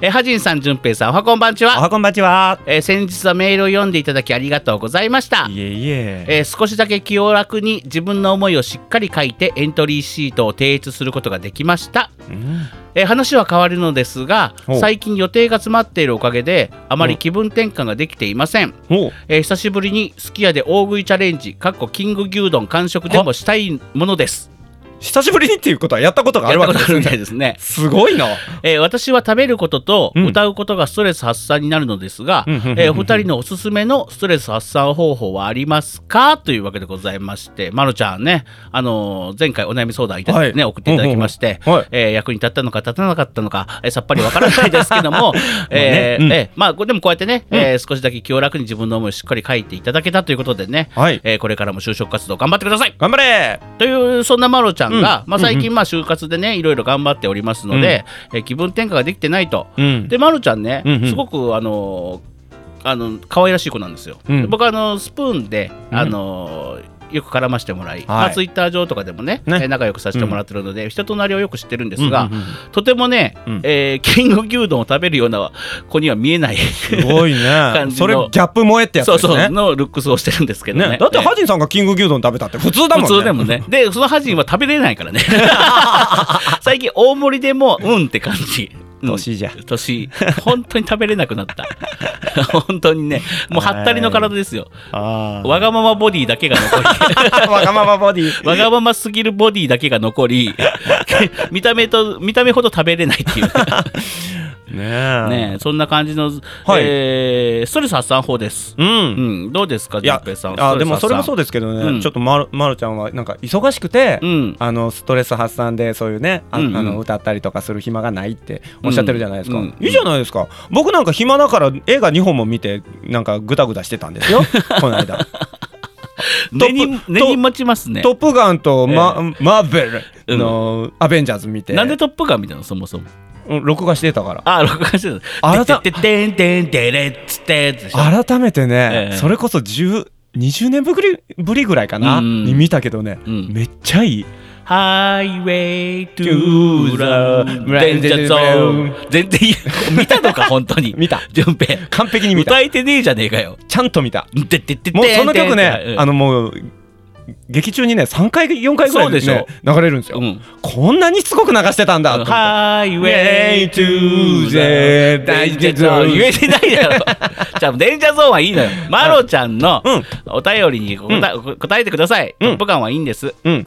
Speaker 2: えー、はじんさん、じゅんぺいさん、おはこんばんち
Speaker 1: お
Speaker 2: は。
Speaker 1: はこんばんちは
Speaker 2: えー先日はメールを読んでいただきありがとうございました。
Speaker 1: いえいえ
Speaker 2: えー少しだけ気を楽に自分の思いをしっかり書いてエントリーシートを提出することができました、えー話は変わるのですが
Speaker 1: ほう
Speaker 2: 最近予定が詰まっているおかげであまり気分転換ができていません、
Speaker 1: おう
Speaker 2: えー久しぶりにすき家で大食いチャレンジかっこキング牛丼完食でもしたいものです
Speaker 1: 久しぶりにっていうことはやったことがあ
Speaker 2: やっ
Speaker 1: るわ
Speaker 2: たこ
Speaker 1: けです
Speaker 2: とあるみ
Speaker 1: ね
Speaker 2: たいですね
Speaker 1: すごいな
Speaker 2: えー私は食べることと
Speaker 1: うん
Speaker 2: 歌うことがストレス発散になるのですが、
Speaker 1: うんうんうんうん
Speaker 2: えーお二人のおすすめのストレス発散方法はありますかというわけでございまして、ま、るちゃんね、あのー前回お悩み相談いただ、
Speaker 1: はい
Speaker 2: ね、送っていただきまして、
Speaker 1: うんうんうんはい
Speaker 2: えー役に立ったのか立たなかったのか、えーさっぱりわからないです けども、えー
Speaker 1: うん
Speaker 2: えーまあ、こでもこうやってね、えー少しだけ気を楽に自分の思いをしっかり書いていただけたということでね、
Speaker 1: はい
Speaker 2: えーこれからも就職活動頑張ってください
Speaker 1: 頑張れ
Speaker 2: というそんなマロちゃんが、まあ、最近まあ就活でねいろいろ頑張っておりますので、えー気分転換ができてないと、
Speaker 1: うん
Speaker 2: でマロちゃんね、
Speaker 1: うんうん
Speaker 2: すごくあのーあの可愛らしい子なんですよ、
Speaker 1: うん
Speaker 2: で僕はあのスプーンで、あのーよく絡ましてもらい、まあ、ツイッター上とかでもね
Speaker 1: ね
Speaker 2: えー仲良くさせてもらってるので、人となりをよく知ってるんですが、
Speaker 1: うんうんうん
Speaker 2: とてもね、
Speaker 1: うん
Speaker 2: えーキング牛丼を食べるような子には見え ない
Speaker 1: すごい
Speaker 2: 感
Speaker 1: ね
Speaker 2: じの
Speaker 1: それギャップ萌えってやつ
Speaker 2: そう
Speaker 1: です
Speaker 2: そう
Speaker 1: ね
Speaker 2: のルックスをしてるんですけどね
Speaker 1: ねだって
Speaker 2: えー
Speaker 1: ハジンさんがキング牛丼食べたって普通だもんね
Speaker 2: 普通でもね。 で、そのハジンは食べれないからね。最近大盛りでも、うんって感じ。
Speaker 1: 年じゃ、
Speaker 2: 年本当に食べれなくなった本当にねもうはったりの体ですよ
Speaker 7: あ
Speaker 2: わがままボディだけが残 り
Speaker 1: わがままボディ
Speaker 2: わがまますぎるボディだけが残り 見た目と見た目ほど食べれないっていう
Speaker 1: ね
Speaker 2: ねねそんな感じの、
Speaker 1: はい
Speaker 2: えーストレス発散法です、
Speaker 1: うん、
Speaker 2: うん、どうですか
Speaker 1: い
Speaker 2: 淳
Speaker 1: や
Speaker 2: 平さん
Speaker 1: あでもそれもそううですけどね、
Speaker 2: うん
Speaker 1: ちょっとまるまるちゃんはなんか忙しくて、
Speaker 2: うん
Speaker 1: あのストレス発散でそういうねあ,、
Speaker 2: うんうん
Speaker 1: あの歌ったりとかする暇がないっておっしゃってるじゃないですか、
Speaker 2: うんうん
Speaker 1: いいじゃないですか僕なんか暇だから映画2本も見てなんかグダグダしてたん ですよこの間
Speaker 2: 根に
Speaker 1: トップ
Speaker 2: 根に持ちま
Speaker 1: 「
Speaker 2: すね
Speaker 1: トップガン」とマ、マーベル」の、アベンジャーズ」見て
Speaker 2: なんでトップガンみたいなのそもそも
Speaker 1: うん録画してたから
Speaker 2: あ録画して
Speaker 1: あな
Speaker 2: た
Speaker 1: た
Speaker 2: ててんてんてれっつってでしょ
Speaker 1: 改めてね、
Speaker 2: ええ
Speaker 1: それこそ10 20年ぶりぶりぐらいかな、
Speaker 2: うん
Speaker 1: に見たけどね、
Speaker 2: うん
Speaker 1: めっちゃいい
Speaker 2: ハイウェイトゥ
Speaker 1: To
Speaker 2: ーラ
Speaker 1: the
Speaker 2: ーデンジャーゾーン全然言う見たのか本当に
Speaker 1: 見た
Speaker 2: 順平
Speaker 1: 完璧に見た
Speaker 2: 歌えてねえじゃねえかよ
Speaker 1: ちゃんと見た
Speaker 2: ででで
Speaker 1: もうその曲
Speaker 2: で
Speaker 1: ね
Speaker 2: で、
Speaker 1: あのもう劇中にね3回4回ぐらい、ね、
Speaker 2: そうで
Speaker 1: 流れるんですよ、
Speaker 2: うん
Speaker 1: こんなにすごく流してたんだと思った
Speaker 2: ハイウェイ
Speaker 1: Way
Speaker 2: ト
Speaker 1: to
Speaker 2: ゥー
Speaker 1: the
Speaker 2: デンジャーゾーン
Speaker 1: danger zone
Speaker 2: 言えてないだろじゃあデンジャーゾーンはいいの よマロちゃんの
Speaker 1: うん
Speaker 2: お便りに答え答えてくださいト
Speaker 1: うん
Speaker 2: ップガンはいいんです
Speaker 1: うん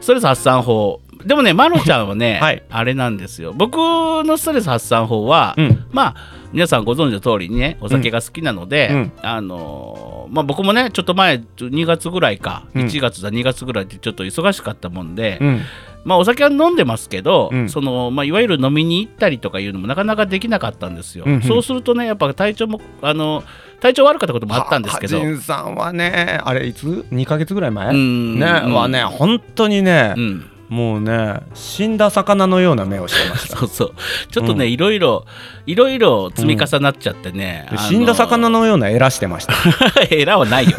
Speaker 2: ストレス発散法でもねまろちゃんはね、
Speaker 1: はい
Speaker 2: あれなんですよ僕のストレス発散法は、
Speaker 1: うん
Speaker 2: まあ皆さんご存知の通りにねお酒が好きなので、
Speaker 1: うん
Speaker 2: あのーまあ、僕もねちょっと前2月ぐらいか、
Speaker 1: うん
Speaker 2: 1月だ2月ぐらいってちょっと忙しかったもんで、
Speaker 1: うん
Speaker 2: まあ、お酒は飲んでますけど、
Speaker 1: うん
Speaker 2: そのまあ、いわゆる飲みに行ったりとかいうのもなかなかできなかったんですよ、
Speaker 1: うんうん
Speaker 2: そうするとねやっぱ体調もあの体調悪かったこともあったんですけど
Speaker 1: はジンさんはねあれいつ2ヶ月ぐらい前
Speaker 2: うん
Speaker 1: ね
Speaker 2: うん
Speaker 1: はね本当にね、
Speaker 2: うん
Speaker 1: もうね死んだ魚のような目をしてました
Speaker 2: そうそうちょっとね、いろいろいろいろ積み重なっちゃってね、あの
Speaker 1: 死んだ魚のようなエラしてました
Speaker 2: エラはない よ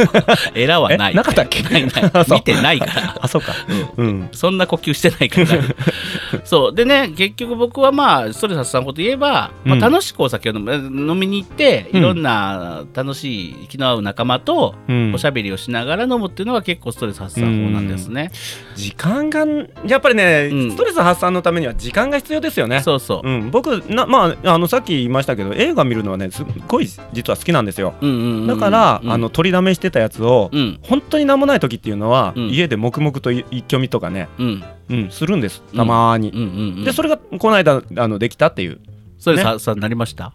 Speaker 2: エラはない
Speaker 1: えなかったっけ
Speaker 2: ないない
Speaker 1: そう
Speaker 2: 見てないから
Speaker 1: あそうかうん
Speaker 2: そんな呼吸してないから そうでね結局僕はまあストレス発散こと言えば、まあ、
Speaker 1: うん
Speaker 2: 楽しくお酒を飲む飲みに行って
Speaker 1: うん
Speaker 2: いろんな楽しい気の合う仲間と
Speaker 1: うん
Speaker 2: おしゃべりをしながら飲むっていうのが結構ストレス発散法なんですね、
Speaker 1: 時間がやっぱりね、
Speaker 2: うん
Speaker 1: ストレス発散のためには時間が必要ですよね
Speaker 2: そうそう、
Speaker 1: うん、僕な、まあ、あのさっき言いましたけど映画見るのはねすっごい実は好きなんですよ
Speaker 2: うんうんうん
Speaker 1: だから、
Speaker 2: うん
Speaker 1: あの取りだめしてたやつを、
Speaker 2: うん
Speaker 1: 本当に何もない時っていうのは、
Speaker 2: うん
Speaker 1: 家で黙々とい一挙見とかね、
Speaker 2: うん
Speaker 1: うん、するんですたまーに、
Speaker 2: うんうんうん
Speaker 1: でそれがこの間あのできたっていう
Speaker 2: ストレス発散になりました、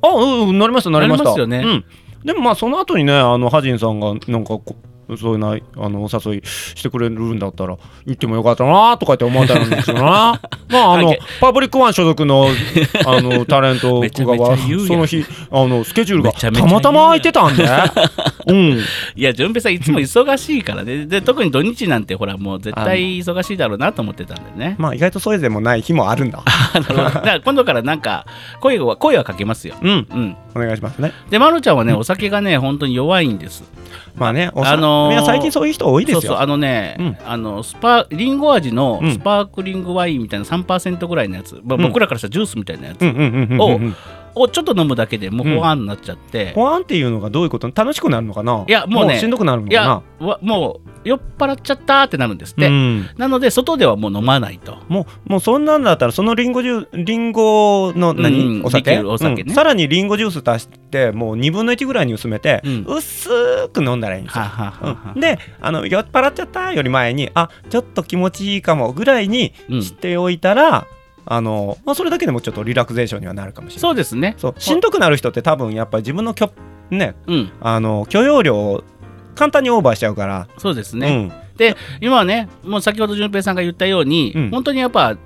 Speaker 1: あうんうんなりましたなりました
Speaker 2: なりますよね
Speaker 1: うん、でもまあその後にねあのハジンさんがなんかこそういうなあのお誘いしてくれるんだったら行ってもよかったなとかって思ったん ですよなまああの
Speaker 2: はい
Speaker 1: パブリックワン所属のあのタレント
Speaker 2: めちゃ
Speaker 1: 久
Speaker 2: めち
Speaker 1: 我
Speaker 2: ゃ
Speaker 1: は
Speaker 2: 言うやん
Speaker 1: その日あのスケジュールが
Speaker 2: めち
Speaker 1: た
Speaker 2: ゃめちゃ
Speaker 1: またま空いてた んでうん
Speaker 2: いや、淳平さん、いつも忙しいからね。 で、特に土日なんて、ほら、もう絶対忙しいだろうなと思ってたんだよね。
Speaker 1: まあ意外とそれでもない日もあるんだ
Speaker 2: あのだから今度からなんか声は、声はかけますよ。
Speaker 1: うん
Speaker 2: うん。
Speaker 1: お願いしますね
Speaker 2: で、まろちゃんはね、お酒がね、本当に弱いんです。
Speaker 1: まあねおさ
Speaker 2: あのー
Speaker 1: いや最近そういう人多いです
Speaker 2: そ
Speaker 1: よ
Speaker 2: うそう、あのね、
Speaker 1: うん
Speaker 2: あの、スパ、リンゴ味の
Speaker 1: うん
Speaker 2: スパークリングワインみたいな3%ぐらいのやつ、まあ
Speaker 1: うん
Speaker 2: 僕らからしたらジュースみたいなやつ
Speaker 1: うんうんうんうんうんうん
Speaker 2: をちょっと飲むだけでもうほわんになっちゃって、
Speaker 1: 保安っていうのがどういうこと楽しくなるのかない
Speaker 2: やもうね
Speaker 1: しんどくなるの
Speaker 2: い
Speaker 1: か
Speaker 2: や
Speaker 1: な、
Speaker 2: わもう酔っ払っちゃったってなるんですって。
Speaker 1: うん
Speaker 2: なので、外ではもう飲まないと。
Speaker 1: もうもうそんなんだったらそのリンゴジューリンゴの
Speaker 2: うん
Speaker 1: 何、
Speaker 2: うん
Speaker 1: お
Speaker 2: でき
Speaker 1: 酒
Speaker 2: るお酒ね
Speaker 1: うんさらにリンゴジュース足してもう2分の1ぐらいに薄めて、
Speaker 2: う
Speaker 1: うん薄く飲んだらいいんです
Speaker 2: は
Speaker 1: よ
Speaker 2: あ、はあはあはあ
Speaker 1: うん、であの酔っ払っちゃったより前にあちょっと気持ちいいかもぐらいに
Speaker 2: うん
Speaker 1: しておいたら、あのまあ、それだけでもちょっとリラクゼーションにはなるかもしれない
Speaker 2: そうですね。
Speaker 1: そうしんどくなる人って多分やっぱり自分のきょ、ね、
Speaker 2: うん、
Speaker 1: あの許容量を簡単にオーバーしちゃうから、
Speaker 2: そうですね。で今はねもう先ほど淳平さんが言ったように、
Speaker 1: うん
Speaker 2: 本当にやっぱ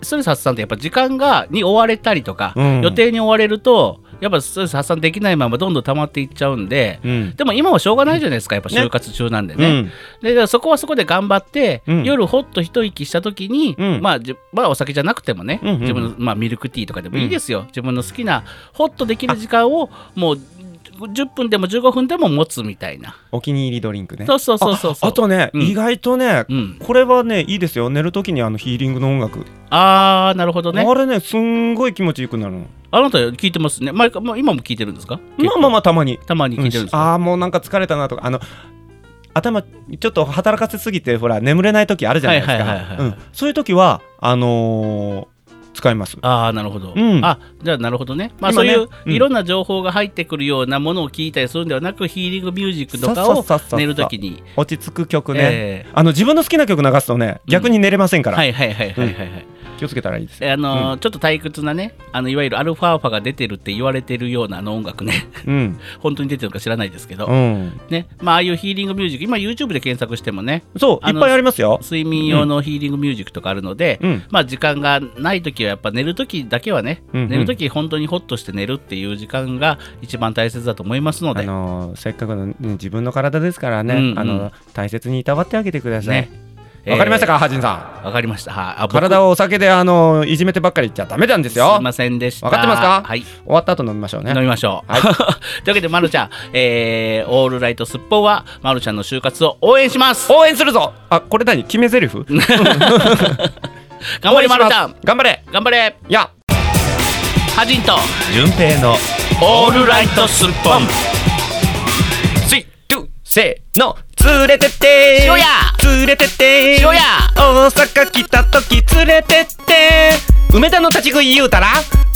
Speaker 2: ストレス発散ってやっぱ時間がに追われたりとか、
Speaker 1: うん
Speaker 2: 予定に追われるとやっぱストレス発散できないままどんどん溜まっていっちゃうんで。
Speaker 1: うんうん
Speaker 2: でも今はしょうがないじゃないですかやっぱ就活中なんでねでだからそこはそこで頑張って、
Speaker 1: うん
Speaker 2: 夜ほっと一息した時に、
Speaker 1: うん
Speaker 2: まあ、じまあお酒じゃなくてもね、
Speaker 1: うんうん
Speaker 2: 自分の、まあ、ミルクティーとかでもいいですよ、自分の好きなほっとできる時間をもう10分でも15分でも持つみたいな、
Speaker 1: お気に入りドリンクね
Speaker 2: そうそうそうそうそう
Speaker 1: あとね、
Speaker 2: うん
Speaker 1: 意外とね、
Speaker 2: うん、
Speaker 1: これはねいいですよ寝るときにあのヒーリングの音楽、
Speaker 2: あーなるほどね
Speaker 1: あれねすんごい気持ちよくなるの
Speaker 2: あなた聞いてますね。前かもう今も聞いてるんですか？
Speaker 1: まあまあまあたまに
Speaker 2: たまに聞いてるんですか？
Speaker 1: ああもうなんか疲れたなとかあの頭ちょっと働かせすぎてほら眠れない時あるじゃないです
Speaker 2: はいはいはい
Speaker 1: か
Speaker 2: は
Speaker 1: う
Speaker 2: い
Speaker 1: んそういう時はあのー使います。
Speaker 2: ああなるほど、
Speaker 1: うん
Speaker 2: あじゃあなるほどねまあそ
Speaker 1: 今
Speaker 2: う
Speaker 1: ね
Speaker 2: いう
Speaker 1: うん
Speaker 2: いろんな情報が入ってくるようなものを聞いたりするんではなく、ヒーリングミュージックとか
Speaker 1: さっさっさっさ
Speaker 2: を
Speaker 1: っさ
Speaker 2: 寝るときに
Speaker 1: 落ち着く曲ね。
Speaker 2: え
Speaker 1: あの自分の好きな曲流すとね、逆に寝れませんか
Speaker 2: ー
Speaker 1: ら、
Speaker 2: はいはいはいはいはいはい
Speaker 1: 気をつけたらいい ですよ。
Speaker 2: えあのーちょっと退屈なねあのいわゆるアルファーファが出てるって言われてるようなあの音楽ね
Speaker 1: うん、
Speaker 2: 本当に出てるのか知らないですけど、
Speaker 1: うん、
Speaker 2: ねまあああいうヒーリングミュージック今 YouTube で検索してもね
Speaker 1: そう、
Speaker 2: あ
Speaker 1: いっ
Speaker 2: の
Speaker 1: ぱいありますよ。
Speaker 2: 睡眠用のヒーリングミュージックとかあるので、
Speaker 1: うん
Speaker 2: まあ時間がない時はやっぱ寝る時だけはね、
Speaker 1: うんうん
Speaker 2: 寝る時本当にホッとして寝るっていう時間が一番大切だと思いますの
Speaker 1: あ
Speaker 2: で、
Speaker 1: のせっかくのね自分の体ですからね、
Speaker 2: うんうん
Speaker 1: あの大切にいたわってあげてください。
Speaker 2: ね
Speaker 1: わ、かりましたか、ハジンさん。
Speaker 2: わかりましたはいあ僕
Speaker 1: 体をお酒であのいじめてばっかり言っちゃダメなんです
Speaker 2: すい
Speaker 1: よ。
Speaker 2: ませんでした
Speaker 1: わかってますか
Speaker 2: はい
Speaker 1: 終わった後飲みましょうね。
Speaker 2: 飲みましょう。
Speaker 1: は
Speaker 2: というわけで、ま、るちゃん、えー、オールライトすっぽんは、ま、るちゃんの就活を応援します
Speaker 1: 応援するぞ。あ、これ何？決め台詞？
Speaker 2: 頑張れ、ま、るちゃん
Speaker 1: 頑張れ。
Speaker 2: 頑張れ
Speaker 1: いや。
Speaker 2: ハジンと
Speaker 1: 順平の
Speaker 2: オールライトすっぽん
Speaker 3: スイトゥ
Speaker 1: せーの連れてって
Speaker 2: 塩屋
Speaker 1: 連れてって
Speaker 2: 塩屋
Speaker 1: 大阪来た時連れてって梅田の立ち食い言うたら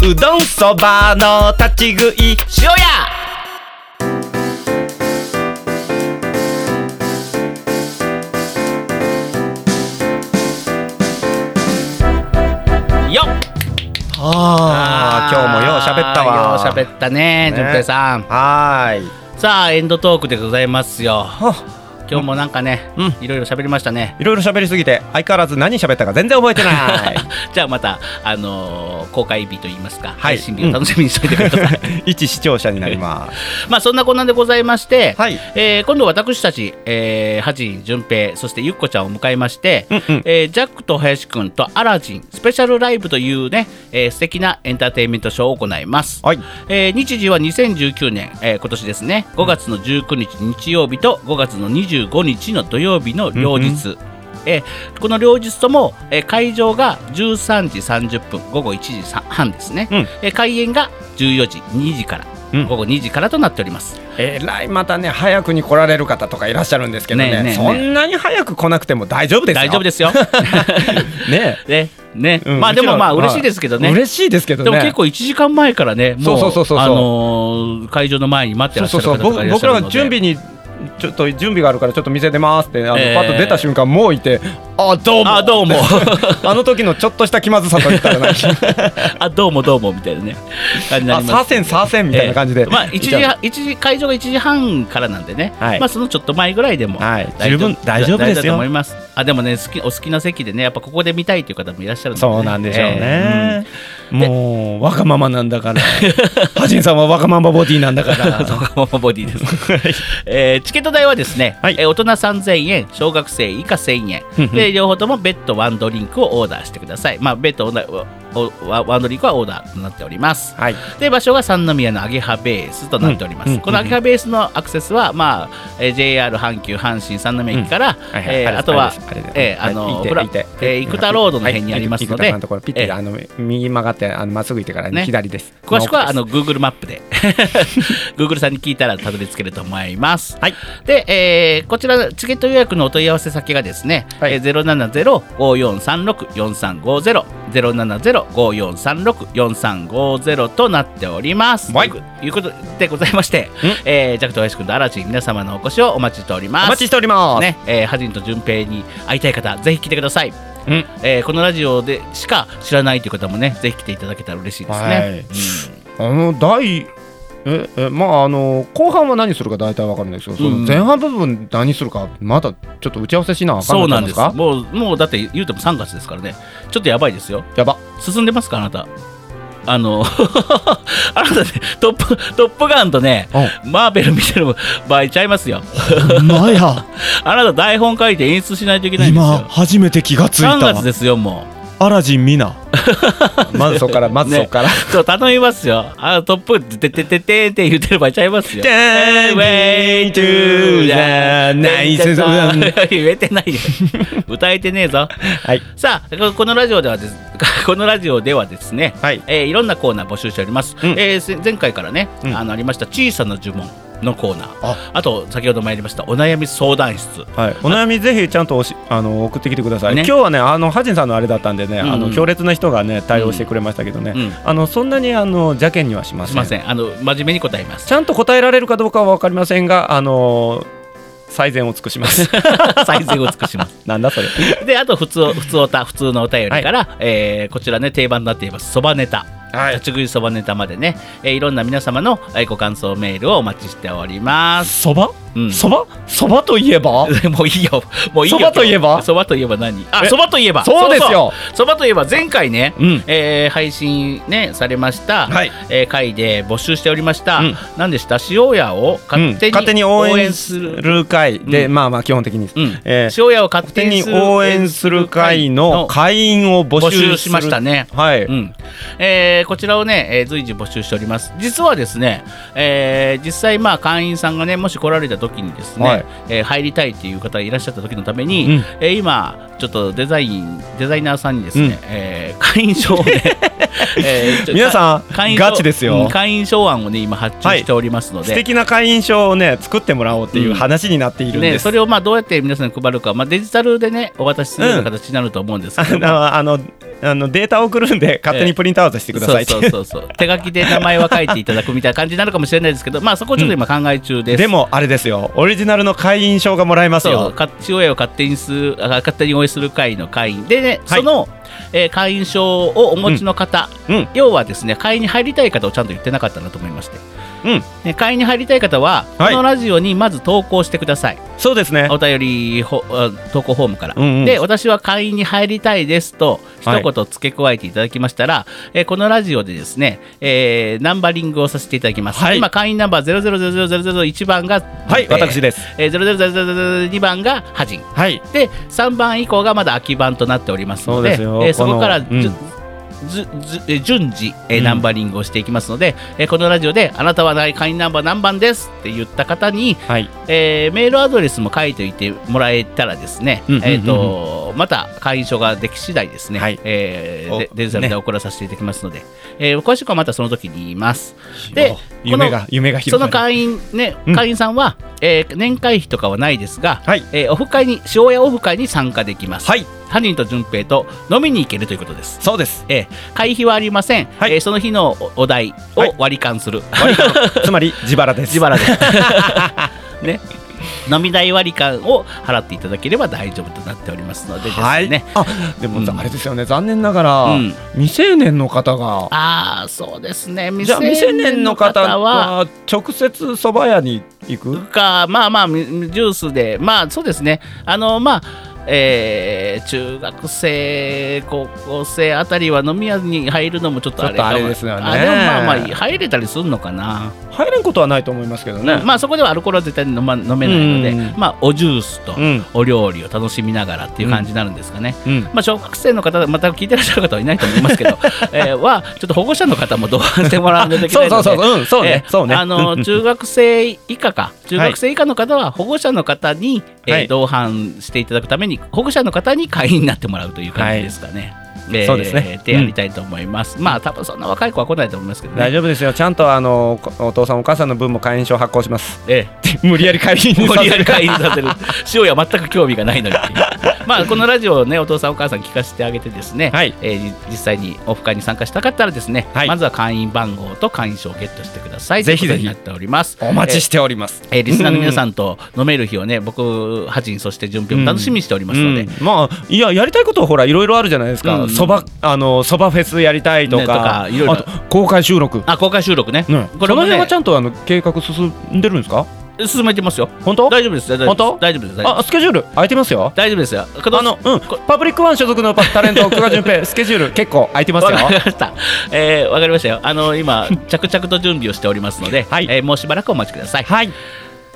Speaker 1: うどんそばの立ち食い
Speaker 2: 塩や
Speaker 1: あー今日もよう
Speaker 2: よっ
Speaker 1: 喋ったわ
Speaker 2: よう喋ったね
Speaker 1: ね
Speaker 2: 順平さん
Speaker 1: はーい
Speaker 2: さあエンドトークでございますよ
Speaker 1: あ
Speaker 2: 今日もなんかね、いろいろ喋りましたね
Speaker 1: いろいろ喋りすぎて相変わらず何喋ったか全然覚えてない
Speaker 2: じゃあまた、あのー公開日といいますか、
Speaker 1: い
Speaker 2: 配信日を楽しみにしておいてく ださい、
Speaker 1: 一視聴者になります
Speaker 2: まあそんなこんなんでございまして、
Speaker 1: はい
Speaker 2: えー今度私たち、えー、ハジン、順平、そしてゆっこちゃんを迎えまして、
Speaker 1: うんうん
Speaker 2: えージャックと林くんとアラジンスペシャルライブというね、えー素敵なエンターテインメントショーを行います。
Speaker 1: はい
Speaker 2: えー日時は2019年、えー今年ですね、5月の19日日曜日と5月の25日の土曜日の両日。えーこの両日とも、えー会場が13時30分午後1時さ半ですね、
Speaker 1: うん
Speaker 2: えー開演が14時2時から、
Speaker 1: うん
Speaker 2: 午後2時からとなっております
Speaker 1: えらいまたね早くに来られる方とかいらっしゃるんですけどね
Speaker 2: ねえねえねえ
Speaker 1: そんなに早く来なくても大丈夫ですよ
Speaker 2: 大丈夫 ですよ
Speaker 1: すねえ
Speaker 2: ねね、
Speaker 1: うん
Speaker 2: まあでもまあ
Speaker 1: うちら
Speaker 2: 嬉しいですけどね、
Speaker 1: 嬉しいですけど
Speaker 2: で
Speaker 1: ね
Speaker 2: も結構1時間前からね、も
Speaker 1: そうそうそうそう
Speaker 2: あのー会場の前に待って
Speaker 1: そ
Speaker 2: ら
Speaker 1: う
Speaker 2: っしゃ
Speaker 1: そうそう
Speaker 2: る方と
Speaker 1: 僕
Speaker 2: かいらっし
Speaker 1: 僕
Speaker 2: ゃ
Speaker 1: ら
Speaker 2: るの
Speaker 1: が
Speaker 2: で
Speaker 1: 準備にちょっと準備があるからちょっと店出ますってあの、
Speaker 2: えー
Speaker 1: パッと出た瞬間もういてあどうも
Speaker 2: あ どうも
Speaker 1: あの時のちょっとした気まずさといったらない
Speaker 2: あどうもどうもみたいなね感じにな
Speaker 1: あ
Speaker 2: り
Speaker 1: サ
Speaker 2: ま
Speaker 1: ー
Speaker 2: す
Speaker 1: センサーセンみたいな感じで、
Speaker 2: ええまあ1時半一時会場が1時半からなんでね、
Speaker 1: はい
Speaker 2: まあそのちょっと前ぐらいでも、
Speaker 1: はい
Speaker 2: 大丈
Speaker 1: 十
Speaker 2: 夫
Speaker 1: 分大丈夫ですよ
Speaker 2: だと思いますあでもね好きお好きな席でねやっぱここで見たいという方もいらっしゃるので、ね、
Speaker 1: そうなんでしょう
Speaker 2: ええ
Speaker 1: ね、もうわがままなんだからハジンさんはわがままボディなんだか
Speaker 2: あ そ
Speaker 1: ら
Speaker 2: こもボディです、えーチケット代はですね、
Speaker 1: はい
Speaker 2: えー大人3000円小学生以下1000円で両方とも別途ワンドリンクをオーダーしてくださいまあ別途オーダーおおワワンドリンクはオーダーとなっております
Speaker 1: はい
Speaker 2: で場所が三宮のアゲハベースとなっております、
Speaker 1: うんうん
Speaker 2: このアゲハベースのアクセスは、まあえー JR 阪急阪神三宮駅から、
Speaker 1: はいはい
Speaker 2: え
Speaker 1: れ
Speaker 2: ー
Speaker 1: です
Speaker 2: あとは
Speaker 1: れですれ
Speaker 2: え
Speaker 1: です
Speaker 2: ーあの
Speaker 1: いい
Speaker 2: ほら
Speaker 1: いい手
Speaker 2: えー生田ロードの辺にありますの
Speaker 1: は
Speaker 2: で、
Speaker 1: い生田さんところピッて、
Speaker 2: えー
Speaker 1: あの右曲がってあのまっすぐ行ってから、
Speaker 2: ね
Speaker 1: 左です
Speaker 2: 詳しくはあ
Speaker 1: ノ
Speaker 2: の Google マップで Google さんに聞いたらたどり着けると思います。
Speaker 1: はい
Speaker 2: で、えーこちらチケット予約のお問い合わせ先がですね、
Speaker 1: はい
Speaker 2: えー、07054364350 07054364350となっております。
Speaker 1: はい
Speaker 2: ということでございまして、えー、ジャクト林君とアラチン皆様のお越しをお待ちしております。
Speaker 1: お待ちしております、
Speaker 2: ね、えー、ハジンと順平に会いたい方、ぜひ来てください。
Speaker 1: うん
Speaker 2: えーこのラジオでしか知らないという方もね、ぜひ来ていただけたら嬉しいですね。
Speaker 1: はいあの第ええまああの後半は何するか大体わかるんですけど、その
Speaker 2: うん
Speaker 1: 前半部分何するかまだちょっと打ち合わせしなあかん
Speaker 2: そ
Speaker 1: の
Speaker 2: う
Speaker 1: ちゃ
Speaker 2: な
Speaker 1: うんんで
Speaker 2: です
Speaker 1: すか
Speaker 2: もうもうだって言うても3月ですからねちょっとやばいですよ
Speaker 1: やば
Speaker 2: 進んでますかあなたあのあなたねトップ「トップガン」とねマーベル見てる場合ちゃいますよ
Speaker 8: まや
Speaker 2: あなた台本書いて演出しないといけないんです
Speaker 8: 今
Speaker 2: よ
Speaker 8: 初めて気がついた
Speaker 2: 3月
Speaker 8: わ
Speaker 2: ですよも
Speaker 8: アラジン見な
Speaker 1: まずそこからまずそこから、
Speaker 2: うちょっと頼みますよあのトップ「てててて」って言ってる場合ちゃいますよ
Speaker 1: Way to the night
Speaker 2: 言えてないよ歌えてねえぞ
Speaker 1: はい
Speaker 2: さあここのラジオではです このラジオではですね、
Speaker 1: はい
Speaker 2: えーいろんなコーナー募集しております、
Speaker 1: ん
Speaker 2: えーせ前回からね、
Speaker 1: ん
Speaker 2: あのありました小さな呪文のコーナー
Speaker 7: あ
Speaker 2: あと先ほど参りましたお悩み相談室
Speaker 1: はい、お悩みぜひちゃんとおしあの送ってきてください、
Speaker 2: ね
Speaker 1: 今日はねあのハジンさんのあれだったんでね、
Speaker 2: んうん
Speaker 1: あの強烈な人がね対応してくれましたけどね、
Speaker 2: うんうん
Speaker 1: あのそんなにあの邪険にはしますせ
Speaker 2: い
Speaker 1: ん
Speaker 2: ませんあの真面目に答えます
Speaker 1: ちゃんと答えられるかどうかは分かりませんがあの最善を尽くします
Speaker 2: 最善を尽くします
Speaker 1: なんだそれ
Speaker 2: であと普通普通おた普通のお便りから、えーこちらね定番になっていますそばネタ
Speaker 1: はい
Speaker 2: 立ち食いそばネタまでね、えーいろんな皆様のえーご感想メールをお待ちしております。
Speaker 1: そば
Speaker 2: うん
Speaker 1: そばそばといえば
Speaker 2: もういいよ、もういいよ。
Speaker 1: そばといえば
Speaker 2: 今日そばといえば何あ、
Speaker 1: え
Speaker 2: そばといえば
Speaker 1: そうですよ
Speaker 2: そうそうそばといえば前回ね、
Speaker 1: うん
Speaker 2: えー配信ね、されました、
Speaker 1: はい
Speaker 2: えー回で募集しておりました、
Speaker 1: うん
Speaker 2: 何でした塩屋を勝手
Speaker 1: うん
Speaker 2: に,、
Speaker 1: 勝手に応援す。る会で、
Speaker 2: うん
Speaker 1: まあまあ基本的に、
Speaker 2: うん
Speaker 1: えー
Speaker 2: 塩屋を勝
Speaker 1: 勝手
Speaker 2: 手に
Speaker 1: に
Speaker 2: する
Speaker 1: 応援する会の会員を募
Speaker 2: 募
Speaker 1: 集する
Speaker 2: 集しましたね。
Speaker 1: はい、
Speaker 2: うんえーこちらをね、えー随時募集しております。実はですね、えー実際、まあ、会員さんがね、もし来られた時にですね、
Speaker 1: はい
Speaker 2: えー入りたいっていう方がいらっしゃった時のために、
Speaker 1: うん
Speaker 2: えー今、ちょっとデザイン、デザイナーさんにですね、
Speaker 1: うん
Speaker 2: えー会員証 をね、えーちょ
Speaker 1: 皆さん
Speaker 2: か会員証
Speaker 1: ガチですよ
Speaker 2: うん会員証案をね、今発注しておりますので、
Speaker 1: 素敵な会員証をね作ってもらおうっていう話になっているん
Speaker 2: ね、
Speaker 1: です、
Speaker 2: それをまあどうやって皆さんに配るか、まあ、デジタルでね、お渡しするような形になると思うんです けども、
Speaker 1: あのあのあのデータを送るんで勝手にプリントアウトしてくださいって、
Speaker 2: そうそうそうそう手書きで名前は書いていただくみたいな感じになるかもしれないですけどまあそこちょっと今考え中です、
Speaker 1: でもあれですよオリジナルの会員証がもらえます
Speaker 2: そう
Speaker 1: よ
Speaker 2: か父親を勝手にするあ勝手に応援する会の会員でね、
Speaker 1: はい
Speaker 2: その、えー会員証をお持ちの方、
Speaker 1: うん
Speaker 2: 要はですね会員に入りたい方をちゃんと言ってなかったなと思いまして、
Speaker 1: うん
Speaker 2: ね、会員に入りたい方は、
Speaker 1: はい
Speaker 2: このラジオにまず投稿してください
Speaker 1: そうですね
Speaker 2: お便りほあ投稿フォームから、
Speaker 1: うんうん
Speaker 2: で私は会員に入りたいですと
Speaker 1: は
Speaker 2: 一
Speaker 1: い
Speaker 2: 言付け加えていただきましたら、えーこのラジオでですね、えーナンバリングをさせていただきます、
Speaker 1: はい
Speaker 2: 今会員ナンバー0000001番が
Speaker 1: はい私です、
Speaker 2: えー、00002番がハジン
Speaker 1: はい
Speaker 2: で3番以降がまだ空き版となっておりますので
Speaker 1: そうですよ
Speaker 2: えーそこから
Speaker 1: この
Speaker 2: じ
Speaker 1: う
Speaker 2: ゅ
Speaker 1: ん
Speaker 2: ずずえー順次、えーナンバリングをしていきますので、えーこのラジオで「あなたは会員ナンバー何番です」って言った方に、
Speaker 1: はい
Speaker 2: えーメールアドレスも書いておいてもらえたらですね、
Speaker 1: うんうんうんうん
Speaker 2: えー、とまた会員証ができ次第ですね、
Speaker 1: はい
Speaker 2: えー
Speaker 1: お
Speaker 2: でデジタルで
Speaker 1: ね
Speaker 2: 送らさせていただきますので、えー詳しくはまたその時に言います。で
Speaker 1: お夢が夢が
Speaker 2: そ
Speaker 1: 広が
Speaker 2: の
Speaker 1: る
Speaker 2: 会員ね、
Speaker 1: うん
Speaker 2: 会員さんは、えー年会費とかはないですが、
Speaker 1: はい
Speaker 2: えーオフ会に塩屋オフ会に参加できます。
Speaker 1: はい
Speaker 2: 犯人と順平と飲みに行けるということです。
Speaker 1: そうです
Speaker 2: えー会費はありません。
Speaker 1: はい
Speaker 2: えーその日のおお題
Speaker 1: はい
Speaker 2: を割り勘する。
Speaker 1: つまり自腹です
Speaker 2: 自腹です。ね。飲み代割り勘を払っていただければ大丈夫となっておりますのでですね。
Speaker 1: はい、あでも、
Speaker 2: うん
Speaker 1: あれですよね残念ながら、
Speaker 2: うん
Speaker 1: 未成年の方が
Speaker 2: ああ、そうですね。未
Speaker 1: じゃあ未成年の方は直接蕎麦屋に行く
Speaker 2: かまあまあみジュースでまあそうですねあのまあえー中学生高校生あたりは飲み屋に入るのもちょっとあれかも
Speaker 1: ちょっとあれですよね
Speaker 2: あでもまあまあ入れたりするのかな、
Speaker 1: 入れんことはないと思いますけどね、
Speaker 2: まあそこではアルコールは絶対に飲,、ま、飲めないので、
Speaker 1: うん
Speaker 2: まあおジュースと
Speaker 1: うん
Speaker 2: お料理を楽しみながらっていう感じになるんですかね、
Speaker 1: うん
Speaker 2: まあ、小学生の方、また聞いてらっしゃる方はいないと思 いますけど、えーはちょっと保護者の方も同伴してもらわないといけないので、
Speaker 1: そうそうそううんそうね
Speaker 2: えー
Speaker 1: そうね
Speaker 2: あ
Speaker 1: うんう
Speaker 2: の
Speaker 1: ん
Speaker 2: 中学生以下か、中学生以下の方は保護者の方に、えー
Speaker 1: はい
Speaker 2: 同伴していただくために、保護者の方に会員になってもらうという感じですかね。えー
Speaker 1: そうですね
Speaker 2: でやりたいと思います。まあ、多分そんな若い子は来ないと思いますけどね。
Speaker 1: 大丈夫ですよちゃんとあのおお父さんお母さんの分も会員証発行します
Speaker 2: ええ
Speaker 1: 無理やり会 員に
Speaker 2: 無
Speaker 1: さ
Speaker 2: 理
Speaker 1: せ
Speaker 2: やり
Speaker 1: る
Speaker 2: 会員させる 塩屋全く興味がないのにまあこのラジオをねお父さんお母さん聞かせてあげてですね、
Speaker 1: はい
Speaker 2: えーじ実際にオフ会に参加したかったらですね、
Speaker 1: はい
Speaker 2: まずは会員番号と会員証をゲットしてください
Speaker 1: ぜひぜ
Speaker 2: と
Speaker 1: ひ
Speaker 2: いうことになっております
Speaker 1: お待ちしております、
Speaker 2: えーえーリスナーの皆さんと飲める日をね僕ハジンそして準備を楽しみにしておりますので、
Speaker 1: うんまあいややりたいことはほらいろいろあるじゃないです
Speaker 2: うんう
Speaker 1: か
Speaker 2: ん
Speaker 1: そば、あのそばフェスやりたいとか,、
Speaker 2: ねとかいろいろ
Speaker 1: あと公開収録、ね、
Speaker 2: あ公開収録ね、
Speaker 1: この
Speaker 2: これも
Speaker 1: 辺
Speaker 2: ね
Speaker 1: はちゃんとあの計画進んでるんですか
Speaker 2: 進めてますよ
Speaker 1: 本当
Speaker 2: 大丈夫です大丈夫です
Speaker 1: 本当
Speaker 2: 大丈夫です大丈夫
Speaker 1: あ
Speaker 2: です
Speaker 1: スケジュール空いてますよ
Speaker 2: 大丈夫ですよこ
Speaker 1: あの、うん、
Speaker 2: こ
Speaker 1: パブリックワン所属のパタレント、久我淳 平、スケジュール結構空いてますよ
Speaker 2: わ。かりました。えーわかりましたよ。あの今着々と準備をしておりますので、
Speaker 1: はい
Speaker 2: えーもうしばらくお待ちください。
Speaker 1: はい、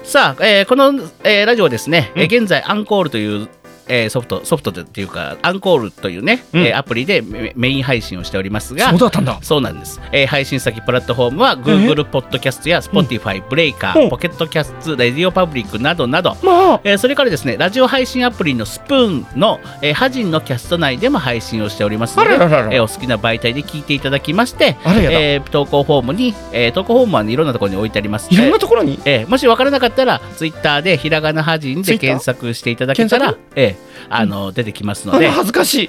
Speaker 2: さあ、えーこの、えーラジオですね、えー現在アンコールという。えーソフトソフトでっていうかアンコールというね、えーアプリでメメイン配信をしておりますが
Speaker 9: そうだったんだ
Speaker 2: そうなんです、えー配信先プラットフォームは Google ポッドキャストや Spotify、ブレイカー、ポケットキャスト、レディオパブリックなどなど、えーそれからですねラジオ配信アプリのスプーンの、えー、ハジンのキャスト内でも配信をしておりますので
Speaker 9: あらららら
Speaker 2: えーお好きな媒体で聞いていただきまして
Speaker 9: あらやだ
Speaker 2: えー投稿フォームに、えー投稿フォームはね、いろんなところに置いてあります
Speaker 9: いろんなところに
Speaker 2: えーもし分からなかったらツイッターでひらがなはじんで
Speaker 9: Twitter？
Speaker 2: 検索していただけたら
Speaker 9: 検、
Speaker 2: えーあの出てきますの
Speaker 9: あ
Speaker 2: で
Speaker 9: 恥ずか しい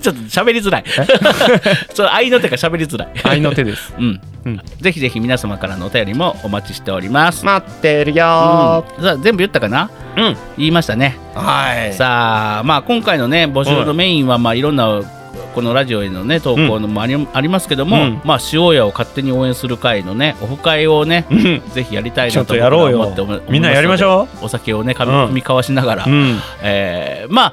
Speaker 2: ちょっと喋りづらい ちょっと愛の手が喋りづらい
Speaker 1: 愛の手です
Speaker 2: うん、
Speaker 1: うん
Speaker 2: ぜひぜひ皆様からのお便りもお待ちしております、
Speaker 9: 待ってるよー
Speaker 2: うんさあ全部言ったかな、
Speaker 1: うん
Speaker 2: 言いましたね
Speaker 9: はい
Speaker 2: さあまあ今回のね募集のメインはまあいろんなこのラジオへのね投稿のもあり,、ありますけども、
Speaker 1: うん
Speaker 2: まあ塩屋を勝手に応援する会のねオフ会をね、
Speaker 1: ん
Speaker 2: ぜひやりたい
Speaker 1: ちょ
Speaker 2: な
Speaker 1: っ
Speaker 2: と
Speaker 1: とやろうよ
Speaker 2: 思っておも思いますので
Speaker 1: みんなやりましょ
Speaker 2: お酒をねかみ
Speaker 1: うん
Speaker 2: 酌み交わしながら、
Speaker 1: ううん
Speaker 2: えーまあ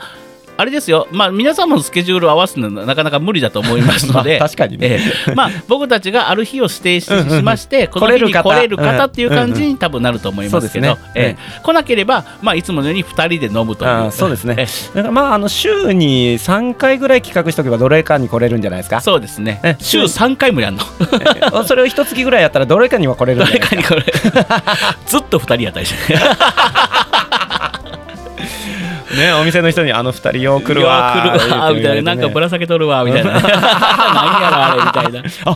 Speaker 2: あれですよ、まあ、皆さんもスケジュールを合わすのはなかなか無理だと思いますの で、
Speaker 1: まあ確かにね
Speaker 2: えーまあ、僕たちがある日を指定ししまして、こ の
Speaker 1: 来れ
Speaker 2: 日
Speaker 1: る
Speaker 2: に
Speaker 1: 方
Speaker 2: 来れる方
Speaker 1: うん
Speaker 2: っていう感じに多分なると思いますけど、
Speaker 1: そうですね
Speaker 2: えー来なければ、まあ、いつものように2人で飲むとい
Speaker 1: あ
Speaker 2: う、
Speaker 1: ーそうですね
Speaker 2: えー
Speaker 1: だからまああの週に3回ぐらい企画しておけばどれかに来れるんじゃないですか
Speaker 2: そうですね
Speaker 1: え。
Speaker 2: 週3回もやんの。
Speaker 1: それを一月ぐらいやったらどれかには来れるん じゃな
Speaker 2: 誰
Speaker 1: いです
Speaker 2: か
Speaker 1: か
Speaker 2: にこれ。ずっと2人やったりして。
Speaker 1: ねお店の人にあの二人よう来るわ
Speaker 2: 来るわ、みたいな。なんかぶら下げとるわ、み たいな。何やろ、あれ、みたいな。
Speaker 1: あ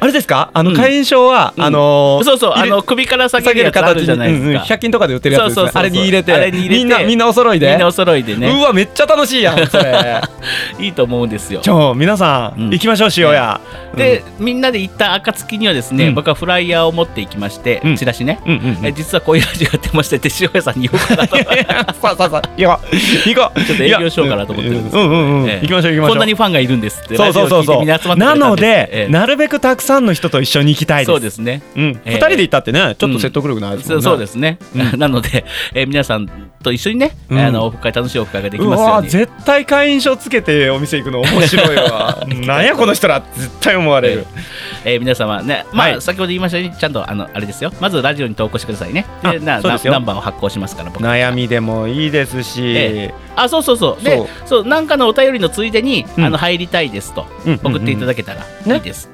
Speaker 1: あれですかあの
Speaker 2: うん
Speaker 1: 会員証は、あのー
Speaker 2: そうそう、あ
Speaker 1: 入れ
Speaker 2: の、首から下
Speaker 1: 下
Speaker 2: げ
Speaker 1: げる
Speaker 2: るやつある
Speaker 1: 形
Speaker 2: じゃない
Speaker 1: にうんうん
Speaker 2: ですか。
Speaker 1: 100均とかで売ってるやつですね
Speaker 2: そうそうそうそう
Speaker 1: あれに入れて
Speaker 2: あれに入れて
Speaker 1: みんなみんなお揃いで
Speaker 2: みんなお揃いで
Speaker 1: う
Speaker 2: ね。
Speaker 1: わめっちゃ楽しいやんそ れ
Speaker 2: いいと思うんですよ
Speaker 1: ち。ょ皆さん、
Speaker 2: うん
Speaker 1: 行きましょう塩屋、
Speaker 2: で、みんなで行った暁にはですね、
Speaker 1: うん
Speaker 2: 僕はフライヤーを持っていきまして
Speaker 1: う、ん
Speaker 2: チラシね。
Speaker 1: うんうんうん
Speaker 2: え実はこういうラジオやってましてって、塩屋さんに言おうかなと。
Speaker 1: さあさあさあ行こう行こう
Speaker 2: ちょっと営業しようかなと思ってるんですけど
Speaker 1: いやうんうんうん、
Speaker 2: ええ
Speaker 1: 行きましょう行きましょう
Speaker 2: こんなにファンがいるんですって。
Speaker 1: そうそうそう
Speaker 2: ラジオ聞いて
Speaker 1: そ
Speaker 2: みんな集ま
Speaker 1: う
Speaker 2: ってくれた
Speaker 1: なんの
Speaker 2: ですえ
Speaker 1: で
Speaker 2: え
Speaker 1: なるべくたくさんの人と一緒に行きたいです
Speaker 2: そうですね。
Speaker 1: うん、
Speaker 2: え
Speaker 1: 2
Speaker 2: え
Speaker 1: 人で行ったってねちょっと説得力ないですも
Speaker 2: そ
Speaker 1: ん
Speaker 2: う
Speaker 1: ね、
Speaker 2: そうですね、 なので、えー皆さんと一緒にね、
Speaker 1: うん
Speaker 2: あのオフ会楽しいオフ会ができ
Speaker 1: う
Speaker 2: ますよう
Speaker 1: わ
Speaker 2: に
Speaker 1: 絶対会員証つけてお店行くの面白い わ なんやこの人らって絶対思われる、
Speaker 2: えー皆様ね、まあ
Speaker 1: はい
Speaker 2: 先ほど言いましたようにちゃんとあのあれですよまずラジオに投稿してくださいねでな
Speaker 1: そう
Speaker 2: な
Speaker 1: ですよ
Speaker 2: ナンバーを発行しますから僕
Speaker 1: 悩みでもいいですし、
Speaker 2: えあそうそうそうでそうなんかのお便りのついでに、
Speaker 1: うん
Speaker 2: あの入りたいですと
Speaker 1: うんうんうん
Speaker 2: 送っていただけたら
Speaker 1: ね
Speaker 2: いいです、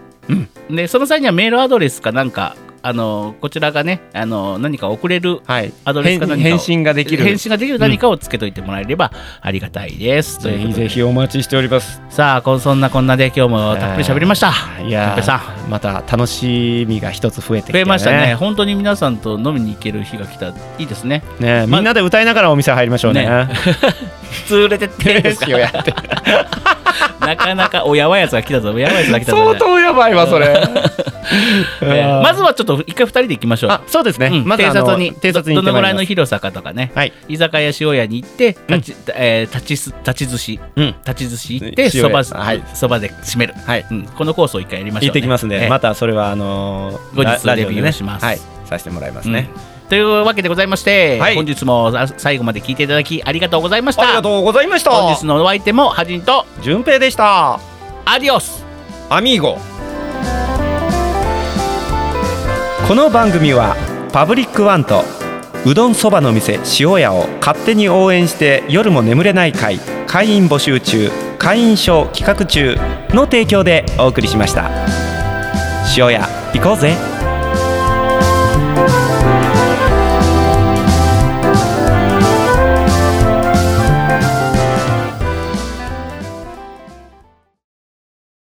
Speaker 2: でその際にはメールアドレスかなんかあのこちらがねあの何か送れる
Speaker 1: はい
Speaker 2: アドレスか
Speaker 1: 返
Speaker 2: 何かを
Speaker 1: 返信ができる
Speaker 2: 返信ができる何かをつけといてもらえればありがたいです、と
Speaker 1: ぜ
Speaker 2: いうこ
Speaker 1: ひ
Speaker 2: とで
Speaker 1: ぜひお待ちしております
Speaker 2: さあこんそんなこんなで今日もたっぷり喋りました。
Speaker 1: い
Speaker 2: たっ
Speaker 1: や
Speaker 2: ぷりさん
Speaker 1: ーまた楽しみが一つ増えてきて、
Speaker 2: 増えましたね。本当に皆さんと飲みに行ける日が来たいいですね。
Speaker 1: ね
Speaker 2: ま
Speaker 1: みんなで歌いながらお店入りましょうね
Speaker 2: ね連れてってですか
Speaker 1: 塩屋って
Speaker 2: なかなかおやばいやつが来たぞ。おやばいやつが来たぞ。
Speaker 1: 相当やばいわそれ
Speaker 2: えーまずはちょっと一回二人で行きましょう。
Speaker 1: あそうですね、
Speaker 2: うん
Speaker 1: まず
Speaker 2: 偵
Speaker 1: あの
Speaker 2: 察に
Speaker 1: 偵察に
Speaker 2: ど
Speaker 1: 行って
Speaker 2: どの
Speaker 1: ま
Speaker 2: ぐ
Speaker 1: い
Speaker 2: らい
Speaker 1: り
Speaker 2: の
Speaker 1: ます
Speaker 2: 広さかとかね、
Speaker 1: はい
Speaker 2: 居酒屋塩屋に行って立ち,、えー立ちす立ち寿司、
Speaker 1: うん
Speaker 2: 立ち寿司行って
Speaker 1: 塩
Speaker 2: そば
Speaker 1: 屋
Speaker 2: そば、
Speaker 1: はい
Speaker 2: で締める、
Speaker 1: はい
Speaker 2: うんこのコースを一回やりましょう、ね、
Speaker 1: 行ってきますんで、
Speaker 2: えー
Speaker 1: またそれはあのー
Speaker 2: 後日
Speaker 1: ララジオで
Speaker 2: レビューをします
Speaker 1: ね、はいさせてもらいますね、
Speaker 2: うんというわけでございまして、
Speaker 1: はい
Speaker 2: 本日もあ最後まで聞いていただきありがとうございました
Speaker 1: ありがとうございました
Speaker 2: 本日のお相手もはじんと
Speaker 1: 順平でした
Speaker 2: アディオス
Speaker 1: アミーゴこの番組はパブリックワンとうどんそばの店塩屋を勝手に応援して夜も眠れない会会員募集中会員証企画中の提供でお送りしました塩屋行こうぜ